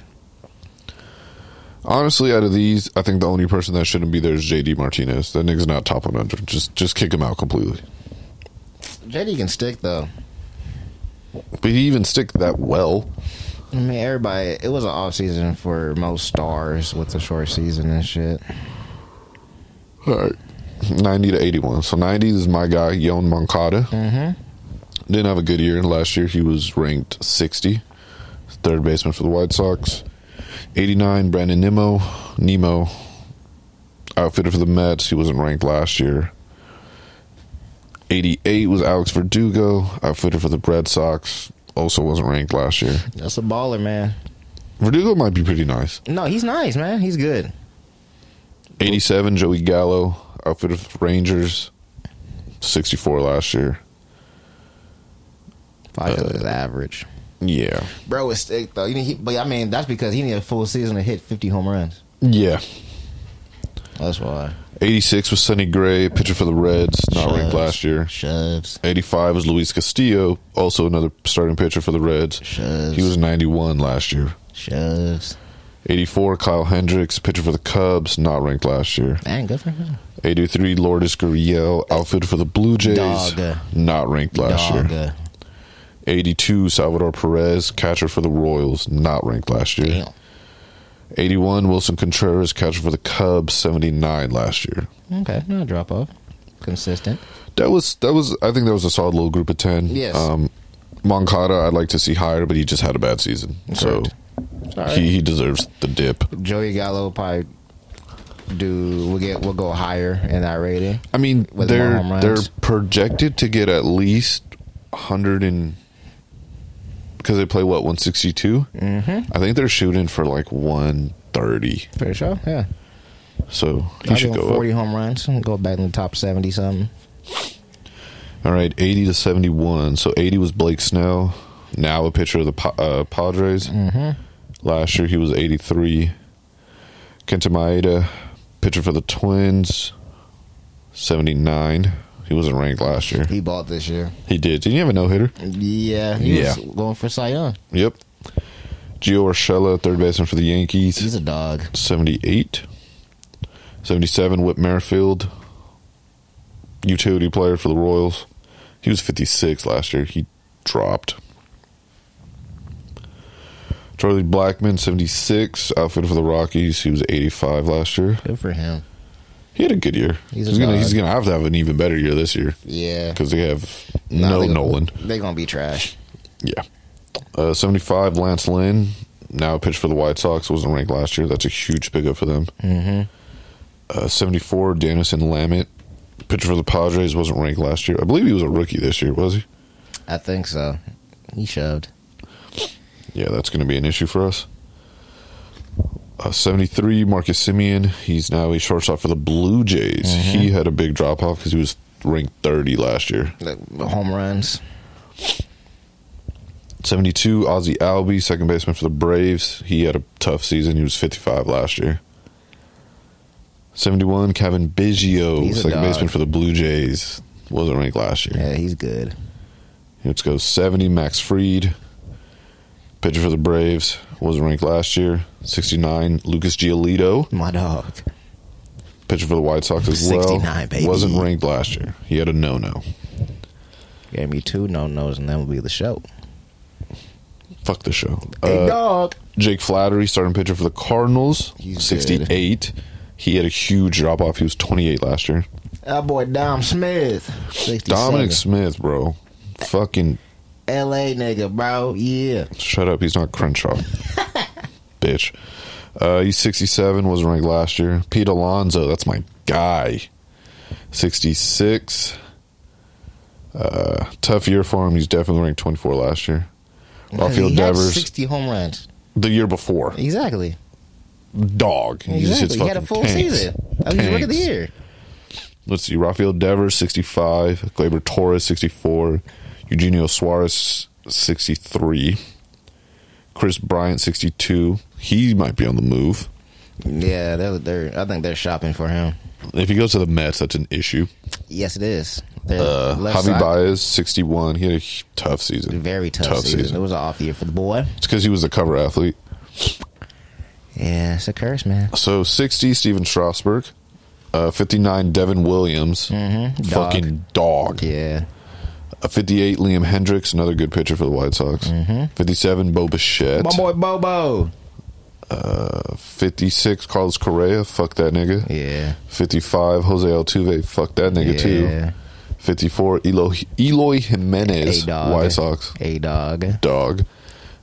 Speaker 2: Honestly, out of these, I think the only person that shouldn't be there is JD Martinez. That nigga's not top 100. Just, just kick him out completely.
Speaker 3: JD can stick though.
Speaker 2: But he even stick that well.
Speaker 3: I mean, everybody. It was an off season for most stars with the short season and shit.
Speaker 2: All right. 90 to 81. So 90 is my guy, Yon Moncada.
Speaker 3: Mm-hmm.
Speaker 2: didn't have a good year last year. He was ranked 60, third baseman for the White Sox. 89, Brandon Nemo, Nemo, outfitter for the Mets. He wasn't ranked last year. 88 was Alex Verdugo, outfitter for the Red Sox. Also wasn't ranked last year.
Speaker 3: That's a baller, man.
Speaker 2: Verdugo might be pretty nice.
Speaker 3: No, he's nice, man. He's good.
Speaker 2: 87, Joey Gallo, outfitter for the Rangers. 64 last year.
Speaker 3: Probably was average.
Speaker 2: Yeah.
Speaker 3: Bro, it's stick though. You need, he, but I mean, that's because he needed a full season to hit 50 home runs.
Speaker 2: Yeah.
Speaker 3: That's why.
Speaker 2: 86 was Sonny Gray, pitcher for the Reds, not ranked
Speaker 3: Shoves.
Speaker 2: last year.
Speaker 3: Shoves.
Speaker 2: 85 was Luis Castillo, also another starting pitcher for the Reds.
Speaker 3: Shoves.
Speaker 2: He was 91 last year.
Speaker 3: Shoves.
Speaker 2: 84, Kyle Hendricks, pitcher for the Cubs, not ranked last year.
Speaker 3: Dang, good for him.
Speaker 2: 83, Lourdes Gurriel, outfielder for the Blue Jays,
Speaker 3: Dog.
Speaker 2: not ranked last
Speaker 3: Dog,
Speaker 2: year.
Speaker 3: uh,
Speaker 2: 82, Salvador Perez, catcher for the Royals, not ranked last year.
Speaker 3: Damn.
Speaker 2: 81, Wilson Contreras, catcher for the Cubs, 79 last year.
Speaker 3: Okay, no drop off. Consistent.
Speaker 2: That was that was I think that was a solid little group of ten.
Speaker 3: Yes.
Speaker 2: Um Moncada I'd like to see higher, but he just had a bad season.
Speaker 3: Correct.
Speaker 2: So he, he deserves the dip.
Speaker 3: Joey Gallo will probably do we'll get we'll go higher in that rating.
Speaker 2: I mean
Speaker 3: With more
Speaker 2: they're
Speaker 3: home runs.
Speaker 2: they're projected to get at least hundred and because they play what, one sixty two?
Speaker 3: Mm-hmm.
Speaker 2: I think they're shooting for like one thirty.
Speaker 3: For sure. Yeah.
Speaker 2: So he
Speaker 3: I'll
Speaker 2: should
Speaker 3: give him
Speaker 2: go up.
Speaker 3: 40 home runs and go back in the top 70 something.
Speaker 2: All right, 80 to 71. So 80 was Blake Snell, now a pitcher of the Pa- uh, Padres.
Speaker 3: Mm-hmm.
Speaker 2: Last year he was 83. Kenta Maeda, pitcher for the Twins, 79. He wasn't ranked last year.
Speaker 3: He bought this year.
Speaker 2: He did. Didn't he have a no hitter?
Speaker 3: Yeah. He
Speaker 2: Yeah.
Speaker 3: was going for Cy Young.
Speaker 2: Yep. Gio Urshela, third baseman for the Yankees,
Speaker 3: He's a dog.
Speaker 2: 78. 77, Whit Merrifield, utility player for the Royals. He was 56 last year. He dropped. Charlie Blackman, 76, outfielder for the Rockies. He was 85 last year.
Speaker 3: Good for him.
Speaker 2: He had a good year.
Speaker 3: He's
Speaker 2: He's,
Speaker 3: a
Speaker 2: gonna
Speaker 3: dog.
Speaker 2: he's gonna have to have an even better year this year
Speaker 3: Yeah.
Speaker 2: because they have
Speaker 3: Nah,
Speaker 2: no
Speaker 3: they-
Speaker 2: Nolan.
Speaker 3: They gonna be trash.
Speaker 2: Yeah, uh, seventy five. Lance Lynn now pitched for the White Sox. Wasn't ranked last year. That's a huge pickup for them. Mm-hmm. Uh, seventy four. Dennison Lamet pitcher for the Padres. Wasn't ranked last year. I believe he was a rookie this year. Was he?
Speaker 3: I think so. He shoved.
Speaker 2: Yeah, that's going to be an issue for us. Uh, 73, Marcus Simeon. He's now a shortstop for the Blue Jays. He had a big drop off because he was ranked 30 last year.
Speaker 3: Like, home runs.
Speaker 2: 72, Ozzy Albie, second baseman for the Braves. He had a tough season. He was 55 last year. 71, Kevin Biggio,
Speaker 3: He's a
Speaker 2: second
Speaker 3: dog.
Speaker 2: baseman for the Blue Jays. Wasn't ranked last year.
Speaker 3: Yeah, he's good.
Speaker 2: Let's go 70, Max Freed, pitcher for the Braves. Wasn't ranked last year. 69, Lucas Giolito,
Speaker 3: My dog.
Speaker 2: pitcher for the White Sox as well.
Speaker 3: 69, baby.
Speaker 2: Wasn't ranked last year. He had a no no.
Speaker 3: Gave me two no nos, and that would be the show.
Speaker 2: Fuck the show.
Speaker 3: Hey,
Speaker 2: Uh,
Speaker 3: dog.
Speaker 2: Jake Flattery, starting pitcher for the Cardinals,
Speaker 3: He's
Speaker 2: 68. He had a huge drop off. He was 28 last year.
Speaker 3: That boy Dom Smith. 67.
Speaker 2: Dominic Smith, bro. Fucking
Speaker 3: L.A. nigga, bro. Yeah.
Speaker 2: shut up. He's not
Speaker 3: (laughs)
Speaker 2: Crenshaw. Bitch. Uh, he's 67, was ranked last year. Pete Alonso, that's my guy. 66. Uh, tough year for him. He's definitely ranked 24 last year. Rafael
Speaker 3: He had
Speaker 2: Devers,
Speaker 3: 60 home runs.
Speaker 2: the year before.
Speaker 3: Exactly.
Speaker 2: Dog. He just hits
Speaker 3: Exactly. He had a
Speaker 2: fucking
Speaker 3: full
Speaker 2: tanks.
Speaker 3: season. That was his rookie of the
Speaker 2: Tanks.
Speaker 3: year.
Speaker 2: let's see, Rafael Devers, 65, Glaber Torres, 64, Eugenio Suarez, 63, Chris Bryant, 62. He might be on the move.
Speaker 3: Yeah, they're, they're, I think they're shopping for him.
Speaker 2: If he goes to the Mets, that's an issue.
Speaker 3: Yes, it is. They're
Speaker 2: Uh,
Speaker 3: left
Speaker 2: Javi
Speaker 3: side-
Speaker 2: Baez, 61. He had a h- tough season.
Speaker 3: Very tough, season. It was an off year for the boy.
Speaker 2: It's because he was the cover athlete.
Speaker 3: Yeah, it's a curse, man.
Speaker 2: So 60, Steven Strasburg. Uh, 59, Devin Williams.
Speaker 3: Mm-hmm.
Speaker 2: Fucking dog.
Speaker 3: Yeah.
Speaker 2: Uh, 58, Liam Hendricks, another good pitcher for the White Sox.
Speaker 3: Mm-hmm.
Speaker 2: 57, Bo Bichette.
Speaker 3: My boy Bobo.
Speaker 2: 56 Carlos Correa, fuck that nigga.
Speaker 3: Yeah.
Speaker 2: 55 Jose Altuve, fuck that nigga
Speaker 3: Yeah.
Speaker 2: too. 54 Eloy, Eloy Jimenez,
Speaker 3: A dog.
Speaker 2: White Sox
Speaker 3: A dog.
Speaker 2: dog.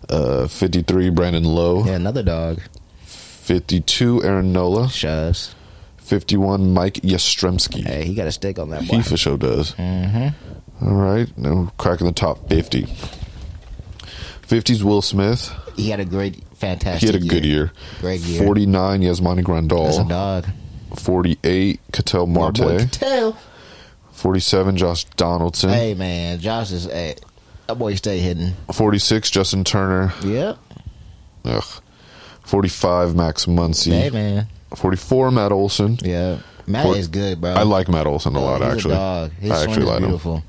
Speaker 2: Uh, 53 Brandon Lowe,
Speaker 3: Yeah, another dog.
Speaker 2: 52 Aaron Nola,
Speaker 3: Shoves.
Speaker 2: 51 Mike Yastrzemski.
Speaker 3: Hey, he got a stick on that boy.
Speaker 2: He for sure does. Mm-hmm. right, now we're cracking the top 50. 50's Will Smith.
Speaker 3: He had a great, fantastic.
Speaker 2: He had a good year.
Speaker 3: Great year.
Speaker 2: 49 Yasmani
Speaker 3: That's a
Speaker 2: Grandal.
Speaker 3: dog.
Speaker 2: 48 Cattell
Speaker 3: My
Speaker 2: Marte.
Speaker 3: boy Tell.
Speaker 2: Hmm? 47 Josh Donaldson,
Speaker 3: Hey man, Josh is hey, that boy stay hidden.
Speaker 2: 46 Justin Turner,
Speaker 3: Yep.
Speaker 2: ugh, 45 Max Muncy,
Speaker 3: Hey man.
Speaker 2: 44 Matt Olson.
Speaker 3: Yeah. Matt
Speaker 2: Four-
Speaker 3: is good, bro.
Speaker 2: I like Matt Olson a
Speaker 3: Oh,
Speaker 2: lot
Speaker 3: he's
Speaker 2: actually.
Speaker 3: A dog. His
Speaker 2: I actually
Speaker 3: swing
Speaker 2: like
Speaker 3: is
Speaker 2: him.
Speaker 3: beautiful.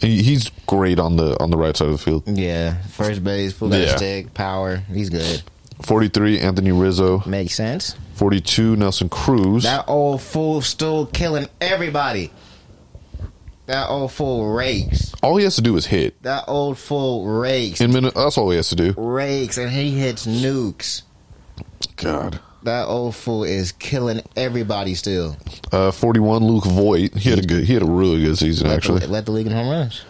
Speaker 2: He, he's great on the on the right side of the field.
Speaker 3: Yeah. First base, full yeah.
Speaker 2: Yeah.
Speaker 3: stick, power. He's good.
Speaker 2: 43 Anthony Rizzo,
Speaker 3: Makes sense.
Speaker 2: 42 Nelson Cruz,
Speaker 3: That old fool still killing everybody. That old fool rakes.
Speaker 2: all he has to do is hit.
Speaker 3: That old fool rakes.
Speaker 2: In minute, that's all he has to do.
Speaker 3: rakes and he hits nukes.
Speaker 2: God.
Speaker 3: That old fool is killing everybody still.
Speaker 2: Uh, 41 Luke Voigt. He had a good he had a really good season
Speaker 3: Let the-
Speaker 2: actually.
Speaker 3: let the league in home runs.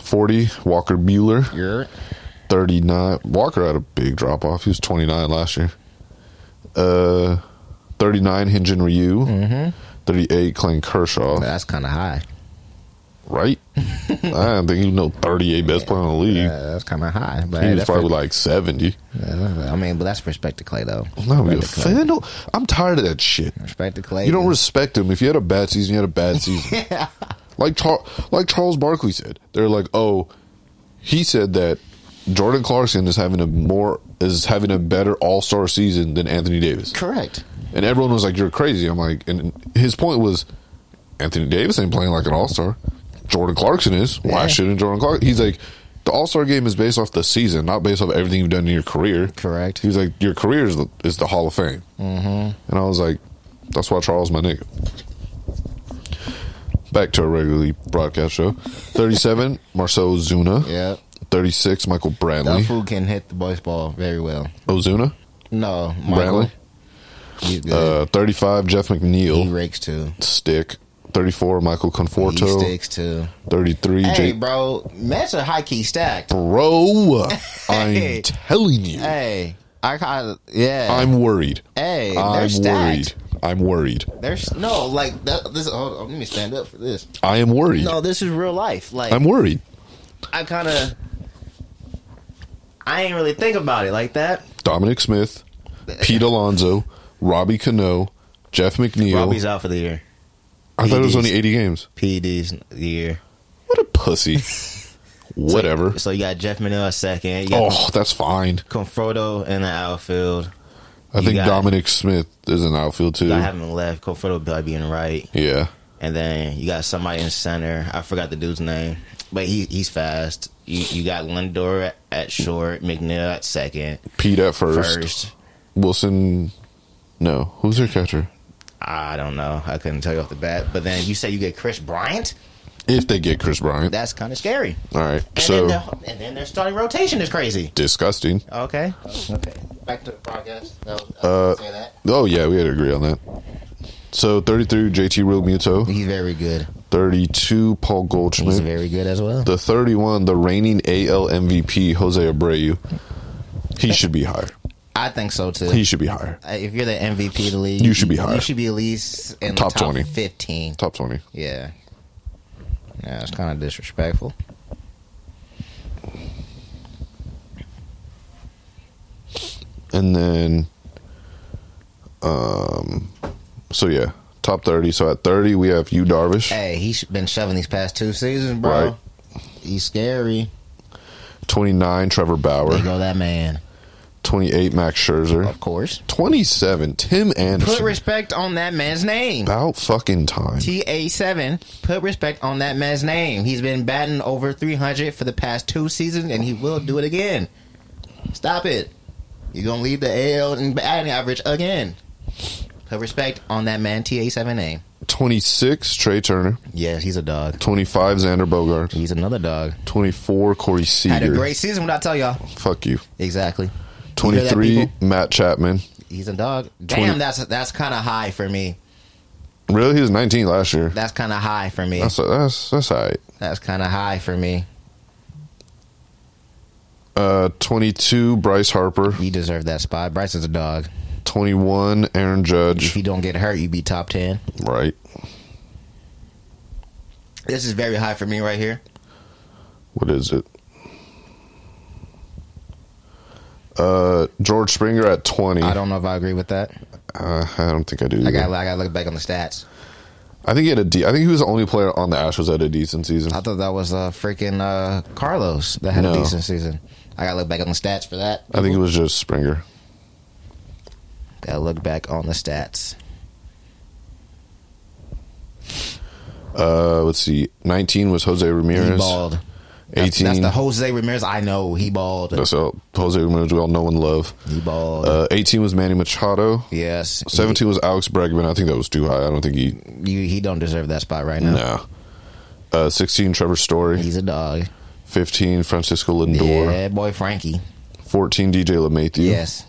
Speaker 2: 40 Walker Bueller,
Speaker 3: You're
Speaker 2: 39. Walker had a big drop off. He was 29 last year. Uh, 39, Hinjin Ryu. 38, Clayton Kershaw.
Speaker 3: that's kind of high.
Speaker 2: Right? I don't think he was no 38 best player in the league.
Speaker 3: Yeah, that's kind of high. But
Speaker 2: He
Speaker 3: hey,
Speaker 2: was
Speaker 3: that's
Speaker 2: probably like 70.
Speaker 3: for- I mean, but that's respect to Clay though.
Speaker 2: No,
Speaker 3: respect
Speaker 2: you're
Speaker 3: to Clay.
Speaker 2: Fandle. I'm tired of that shit.
Speaker 3: Respect to Clay.
Speaker 2: You don't respect him. If you had a bad season, you had a bad season. Like Char- like Charles Barkley said. They're like, "Oh, he said that Jordan Clarkson is having a more is having a better All-Star season than Anthony Davis."
Speaker 3: correct.
Speaker 2: And everyone was like, "You're crazy." I'm like, and his point was, Anthony Davis ain't playing like an all star. Jordan Clarkson is. Why
Speaker 3: Yeah.
Speaker 2: shouldn't Jordan Clark? He's like, the All Star game is based off the season, not based off everything you've done in your career.
Speaker 3: Correct.
Speaker 2: He was like, your career is the, is the Hall of Fame. Mm-hmm. And I was like, that's why Charles my nigga. Back to a regularly broadcast show. 37, Marcel Ozuna.
Speaker 3: Yeah.
Speaker 2: 36, Michael
Speaker 3: That
Speaker 2: Bradley.
Speaker 3: fool can hit the baseball very well.
Speaker 2: Ozuna.
Speaker 3: No, Michael.
Speaker 2: Bradley.
Speaker 3: He's good.
Speaker 2: Uh, 35, Jeff
Speaker 3: he
Speaker 2: McNeil.
Speaker 3: rakes too.
Speaker 2: Stick. 34, Michael
Speaker 3: He
Speaker 2: Conforto.
Speaker 3: sticks too.
Speaker 2: 33,
Speaker 3: Hey,
Speaker 2: Jake
Speaker 3: bro, Mets are high key stacked. (laughs)
Speaker 2: Bro,
Speaker 3: Hey.
Speaker 2: I'm telling you.
Speaker 3: Hey, I kind yeah.
Speaker 2: I'm worried.
Speaker 3: hey, they're
Speaker 2: I'm worried.
Speaker 3: stacked.
Speaker 2: I'm worried.
Speaker 3: There's no like that, this. Hold on, let me stand up for this.
Speaker 2: I am worried.
Speaker 3: No, this is real life. Like
Speaker 2: I'm worried.
Speaker 4: I kind of. I ain't really think about it like that.
Speaker 2: Dominic
Speaker 3: (laughs)
Speaker 2: Smith, Pete Alonso, Robbie Cano, Jeff McNeil.
Speaker 4: Robbie's out for the year.
Speaker 2: I thought it was
Speaker 4: PEDs.
Speaker 2: only 80 games.
Speaker 4: PEDs the year.
Speaker 2: What a
Speaker 3: (laughs)
Speaker 2: pussy. Whatever.
Speaker 4: So you got Jeff Manil at second. You got
Speaker 2: Oh, that's fine.
Speaker 4: Conforto in the outfield.
Speaker 2: I
Speaker 4: You
Speaker 2: think
Speaker 4: got-
Speaker 2: Dominic Smith is an outfield too.
Speaker 4: I haven't left. Conforto probably being right.
Speaker 2: Yeah.
Speaker 4: And then you got somebody in center. I forgot the dude's name, but he he's fast. You you got Lindor at, at short, McNeil at second,
Speaker 2: Pete at first.
Speaker 4: first.
Speaker 2: Wilson. No. Who's their catcher?
Speaker 4: I don't know. I couldn't tell you off the bat. But then you say you get Chris Bryant.
Speaker 2: If they get Chris Bryant.
Speaker 4: That's kind of scary.
Speaker 2: All right.
Speaker 4: And then
Speaker 2: so
Speaker 4: the, and then their starting rotation is crazy.
Speaker 2: disgusting.
Speaker 4: Okay.
Speaker 3: okay. Back to the podcast. That was, I
Speaker 2: Uh,
Speaker 3: was gonna say that.
Speaker 2: Oh yeah, we had to agree on that. So 33 JT Real Muto,
Speaker 3: He's very good.
Speaker 2: 32 Paul
Speaker 3: He's
Speaker 2: Goldschmidt,
Speaker 3: very good as well.
Speaker 2: the 31 the reigning AL MVP Jose Abreu. He should be higher.
Speaker 3: I think so too.
Speaker 2: He should be higher.
Speaker 3: Uh, if you're the MVP of the league,
Speaker 2: You should be higher.
Speaker 3: You should be at least in
Speaker 2: Top
Speaker 3: the top
Speaker 2: 20.
Speaker 3: 15.
Speaker 2: Top 20.
Speaker 3: Yeah. Yeah, it's kind of disrespectful.
Speaker 2: And then um so yeah, top 30. So at 30 we have you Darvish.
Speaker 3: Hey, he's been shoving these past two seasons, bro.
Speaker 2: Right.
Speaker 3: He's scary.
Speaker 2: 29 Trevor
Speaker 3: There
Speaker 2: Bauer,
Speaker 3: go that man.
Speaker 2: 28 Max Scherzer,
Speaker 3: Of course.
Speaker 2: 27 Tim
Speaker 3: Put
Speaker 2: Anderson.
Speaker 3: respect on that man's name.
Speaker 2: About fucking time.
Speaker 3: TA7, put respect on that man's name. He's been batting over 300 for the past two seasons, and he will do it again. Stop it. You're going to lead the AL in batting average again. Put respect on that man, TA7 name.
Speaker 2: 26 Trey Turner,
Speaker 3: Yeah, he's a dog.
Speaker 2: 25 Xander Bogart,
Speaker 3: He's another dog.
Speaker 2: 24 Corey
Speaker 3: Had a
Speaker 2: Seager.
Speaker 3: great season, what I tell y'all.
Speaker 2: Fuck you.
Speaker 3: Exactly. You hear that,
Speaker 2: 23
Speaker 3: people?
Speaker 2: Matt Chapman.
Speaker 3: He's a dog.
Speaker 2: Twenty-
Speaker 3: Damn, that's that's kind of high for me.
Speaker 2: Really, he was 19 last year.
Speaker 3: That's kind of high for me.
Speaker 2: That's that's that's all right.
Speaker 3: That's kind of high for me.
Speaker 2: Uh, 22 Bryce Harper,
Speaker 3: You deserve that spot. Bryce is a dog.
Speaker 2: 21 Aaron
Speaker 3: If
Speaker 2: Judge.
Speaker 3: you don't get hurt, you be top ten.
Speaker 2: Right.
Speaker 3: This is very high for me right here.
Speaker 2: What is it? Uh, George Springer at 20.
Speaker 3: I don't know if I agree with that.
Speaker 2: Uh, I don't think I do.
Speaker 3: I
Speaker 2: either.
Speaker 3: got I got to look back on the stats.
Speaker 2: I think he had a de- I think he was the only player on the Astros that had a decent season.
Speaker 3: I thought that was uh, freaking uh, Carlos that had
Speaker 2: No.
Speaker 3: a decent season. I got to look back on the stats for that.
Speaker 2: I think it was just Springer.
Speaker 3: Got to look back on the stats.
Speaker 2: Uh, let's see. 19 was Jose
Speaker 3: He
Speaker 2: Ramirez.
Speaker 3: balled. That's,
Speaker 2: 18.
Speaker 3: that's the Jose Ramirez I know. He balled.
Speaker 2: That's all. Jose Ramirez, we all know and love.
Speaker 3: he balled.
Speaker 2: Uh, 18 was Manny Machado.
Speaker 3: yes.
Speaker 2: 17 was Alex Bregman. I think that was too high. I don't think he.
Speaker 3: You, he don't deserve that spot right now.
Speaker 2: Nah. Uh, 16, Trevor Story.
Speaker 3: He's a dog.
Speaker 2: 15, Francisco Lindor.
Speaker 3: Yeah, boy Frankie.
Speaker 2: 14, DJ LeMahieu.
Speaker 3: Yes.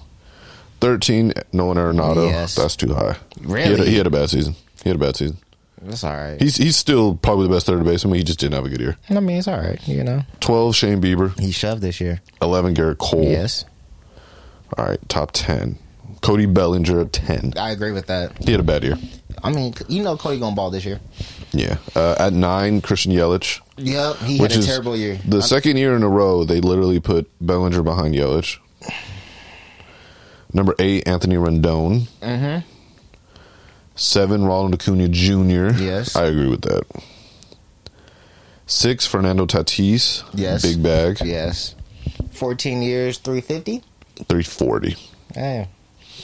Speaker 2: 13, Nolan Arenado.
Speaker 3: Yes.
Speaker 2: That's too high. He had, a,
Speaker 3: Really?
Speaker 2: he had a bad season. He had a bad season.
Speaker 3: That's all right.
Speaker 2: He's he's still probably the best third baseman. He just didn't have a good year.
Speaker 3: I mean, it's all right. You know,
Speaker 2: 12, Shane Bieber.
Speaker 3: he shoved this year.
Speaker 2: 11, Garrett Cole.
Speaker 3: Yes,
Speaker 2: All right, top 10. Cody Bellinger at 10.
Speaker 3: I agree with that.
Speaker 2: He had a bad year.
Speaker 3: I mean, you know, Cody gonna ball this year.
Speaker 2: Yeah. Uh, at 9, Christian Yelich.
Speaker 3: Yep, he
Speaker 2: which
Speaker 3: had a
Speaker 2: is
Speaker 3: terrible year.
Speaker 2: The second year in a row, they literally put Bellinger behind Yelich. Number eight, Anthony Rendon. Mm-hmm. Seven, Ronald Acuna Jr.
Speaker 3: Yes.
Speaker 2: I agree with that. Six, Fernando Tatis.
Speaker 3: Yes.
Speaker 2: big bag.
Speaker 3: yes, fourteen years, three fifty.
Speaker 2: Three forty.
Speaker 3: Hey,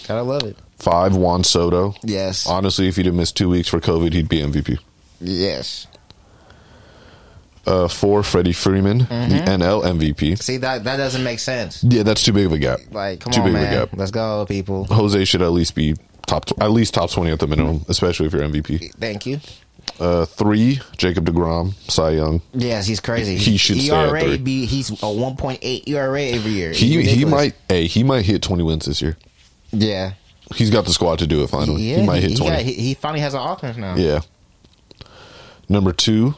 Speaker 3: gotta love it.
Speaker 2: Five, Juan Soto.
Speaker 3: Yes,
Speaker 2: Honestly, if he'd have missed two weeks for COVID, he'd be MVP.
Speaker 3: yes.
Speaker 2: uh, for Freddie Freeman,
Speaker 3: Mm-hmm.
Speaker 2: the NL MVP.
Speaker 3: See that that doesn't make sense.
Speaker 2: Yeah, that's too big of a gap.
Speaker 3: Like, come
Speaker 2: too
Speaker 3: on,
Speaker 2: big
Speaker 3: man.
Speaker 2: of a gap.
Speaker 3: Let's go, people.
Speaker 2: Jose should at least be top, tw- at least top twenty at the minimum, especially if you're MVP.
Speaker 3: Thank you.
Speaker 2: Uh, three, Jacob Degrom, Cy Young.
Speaker 3: Yes, he's crazy.
Speaker 2: He should stay at
Speaker 3: ERA
Speaker 2: three.
Speaker 3: be he's a 1.8 ERA E every year. It's
Speaker 2: He he
Speaker 3: ridiculous.
Speaker 2: might hey he might hit twenty wins this year.
Speaker 3: yeah
Speaker 2: He's got the squad to do it. Finally,
Speaker 3: yeah
Speaker 2: he might hit
Speaker 3: he,
Speaker 2: twenty.
Speaker 3: got- he, he finally has an offense now.
Speaker 2: Yeah. Number two,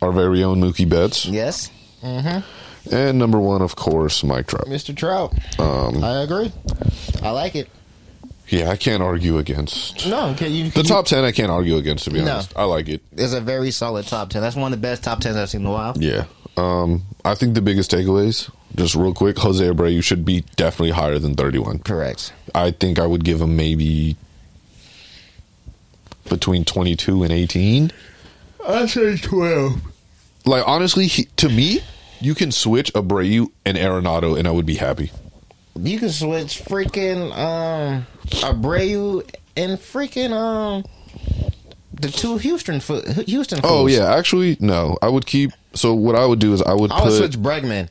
Speaker 2: our very own Mookie Betts,
Speaker 3: Yes,
Speaker 2: and number one, of course, Mike Trout.
Speaker 3: Mr. Trout.
Speaker 2: Um,
Speaker 3: I agree. I like it.
Speaker 2: yeah, I can't argue against
Speaker 3: No, okay, you,
Speaker 2: the
Speaker 3: you-
Speaker 2: top ten. I can't argue against to be
Speaker 3: No.
Speaker 2: honest. I like it.
Speaker 3: is a very solid top ten. That's one of the best top tens I've seen in a while.
Speaker 2: Yeah. Um, I think the biggest takeaways, just real quick, Jose Abreu should be definitely higher than thirty-one.
Speaker 3: Correct.
Speaker 2: I think I would give him maybe between 22 and 18.
Speaker 3: I say twelve.
Speaker 2: Like, honestly, he, to me, you can switch Abreu and Arenado, and I would be happy.
Speaker 3: You can switch freaking um Abreu and freaking um the two Houston fo- Houston.
Speaker 2: Oh,
Speaker 3: fools.
Speaker 2: yeah. Actually, no. I would keep. So, what I would do is I would
Speaker 3: I would
Speaker 2: put.
Speaker 3: switch Bregman. and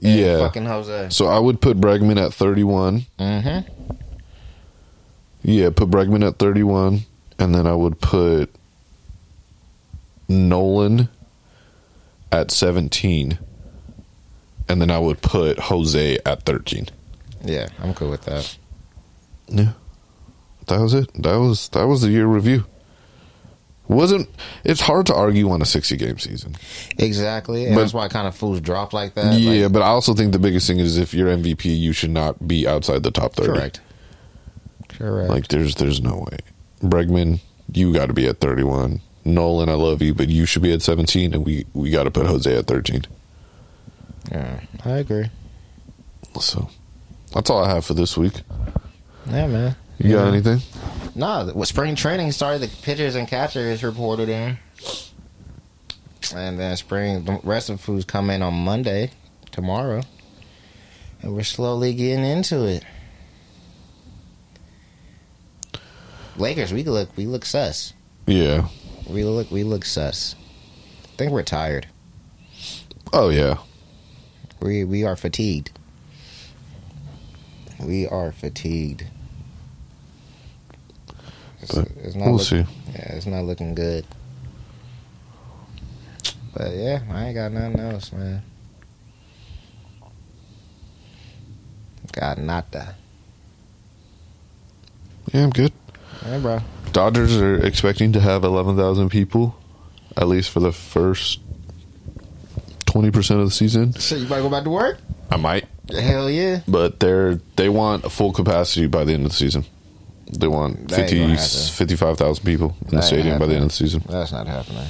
Speaker 2: yeah.
Speaker 3: fucking Jose.
Speaker 2: So, I would put Bregman at 31.
Speaker 3: Mm-hmm.
Speaker 2: Yeah, put Bregman at 31. And then I would put Nolan at 17. And then I would put Jose at 13.
Speaker 3: Yeah, I'm cool with that.
Speaker 2: Yeah. That was it. That was that was the year review. Wasn't it's hard to argue on a 60 game season.
Speaker 3: Exactly, and
Speaker 2: But-
Speaker 3: that's why kind of fools drop like that.
Speaker 2: yeah,
Speaker 3: like,
Speaker 2: but I also think the biggest thing is if you're MVP, you should not be outside the top 30.
Speaker 3: correct. Correct.
Speaker 2: Like there's there's no way. Bregman, you got to be at 31. Nolan, I love you, but you should be at 17 and we we got to put Jose at 13.
Speaker 3: yeah, I agree.
Speaker 2: So that's all I have for this week.
Speaker 3: Yeah, man.
Speaker 2: You got anything?
Speaker 3: No, the- well, spring training started. The pitchers and catchers reported in, and then spring the rest of the foods come in on Monday, tomorrow, and we're slowly getting into it. Lakers, we look we look sus.
Speaker 2: Yeah.
Speaker 3: We look we look sus. I think we're tired.
Speaker 2: Oh yeah.
Speaker 3: We we are fatigued. We are fatigued. It's,
Speaker 2: But
Speaker 3: it's not
Speaker 2: We'll
Speaker 3: look-
Speaker 2: see.
Speaker 3: Yeah, it's not looking good. But yeah, I ain't got nothing else, man. Got nada.
Speaker 2: Yeah, I'm good.
Speaker 3: Hey, bro.
Speaker 2: Dodgers are expecting to have 11,000 people, at least for the first 20% of the season.
Speaker 3: So you about to go back to work?
Speaker 2: I might,
Speaker 3: Hell yeah.
Speaker 2: but they're they want full capacity by the end of the season. They want
Speaker 3: That ain't
Speaker 2: 50,
Speaker 3: gonna happen.
Speaker 2: 55,000 people in
Speaker 3: That
Speaker 2: the
Speaker 3: ain't
Speaker 2: stadium by the
Speaker 3: happening.
Speaker 2: end of the season.
Speaker 3: That's not happening.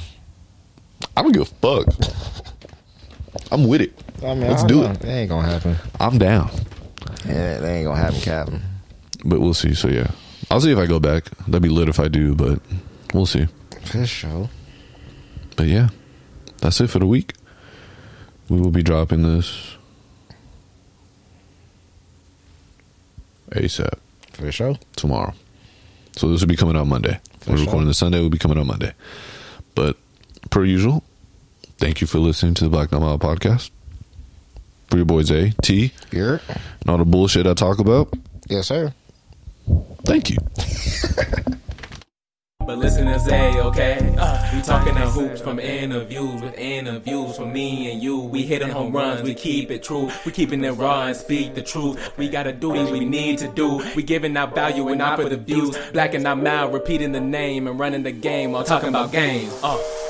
Speaker 2: I don't give a fuck. I'm with it.
Speaker 3: I mean,
Speaker 2: Let's
Speaker 3: I don't
Speaker 2: do
Speaker 3: know.
Speaker 2: it.
Speaker 3: That ain't gonna happen.
Speaker 2: I'm down.
Speaker 3: Yeah, that ain't gonna happen, Captain.
Speaker 2: But we'll see. So yeah, I'll see if I go back. That'd be lit if I do, but we'll see.
Speaker 3: For sure.
Speaker 2: But yeah, that's it for the week. We will be dropping this ASAP
Speaker 3: For sure.
Speaker 2: tomorrow. So this will be coming out Monday.
Speaker 3: For
Speaker 2: We're
Speaker 3: sure.
Speaker 2: recording this Sunday. We'll be coming out Monday. But per usual, thank you for listening to the Black Not Mile podcast. For your boys A, T,
Speaker 3: You're
Speaker 2: and all the bullshit I talk about.
Speaker 3: Yes, sir.
Speaker 2: Thank you.
Speaker 1: But listen to Zay, okay? Uh, we talking the hoops from interviews with interviews from me and you. We hitting home runs, we keep it true. We keeping it raw and speak the truth. We gotta do what we need to do. We giving our value and not for the views. Blacking our mouth, repeating the name and running the game while talking about games. Uh.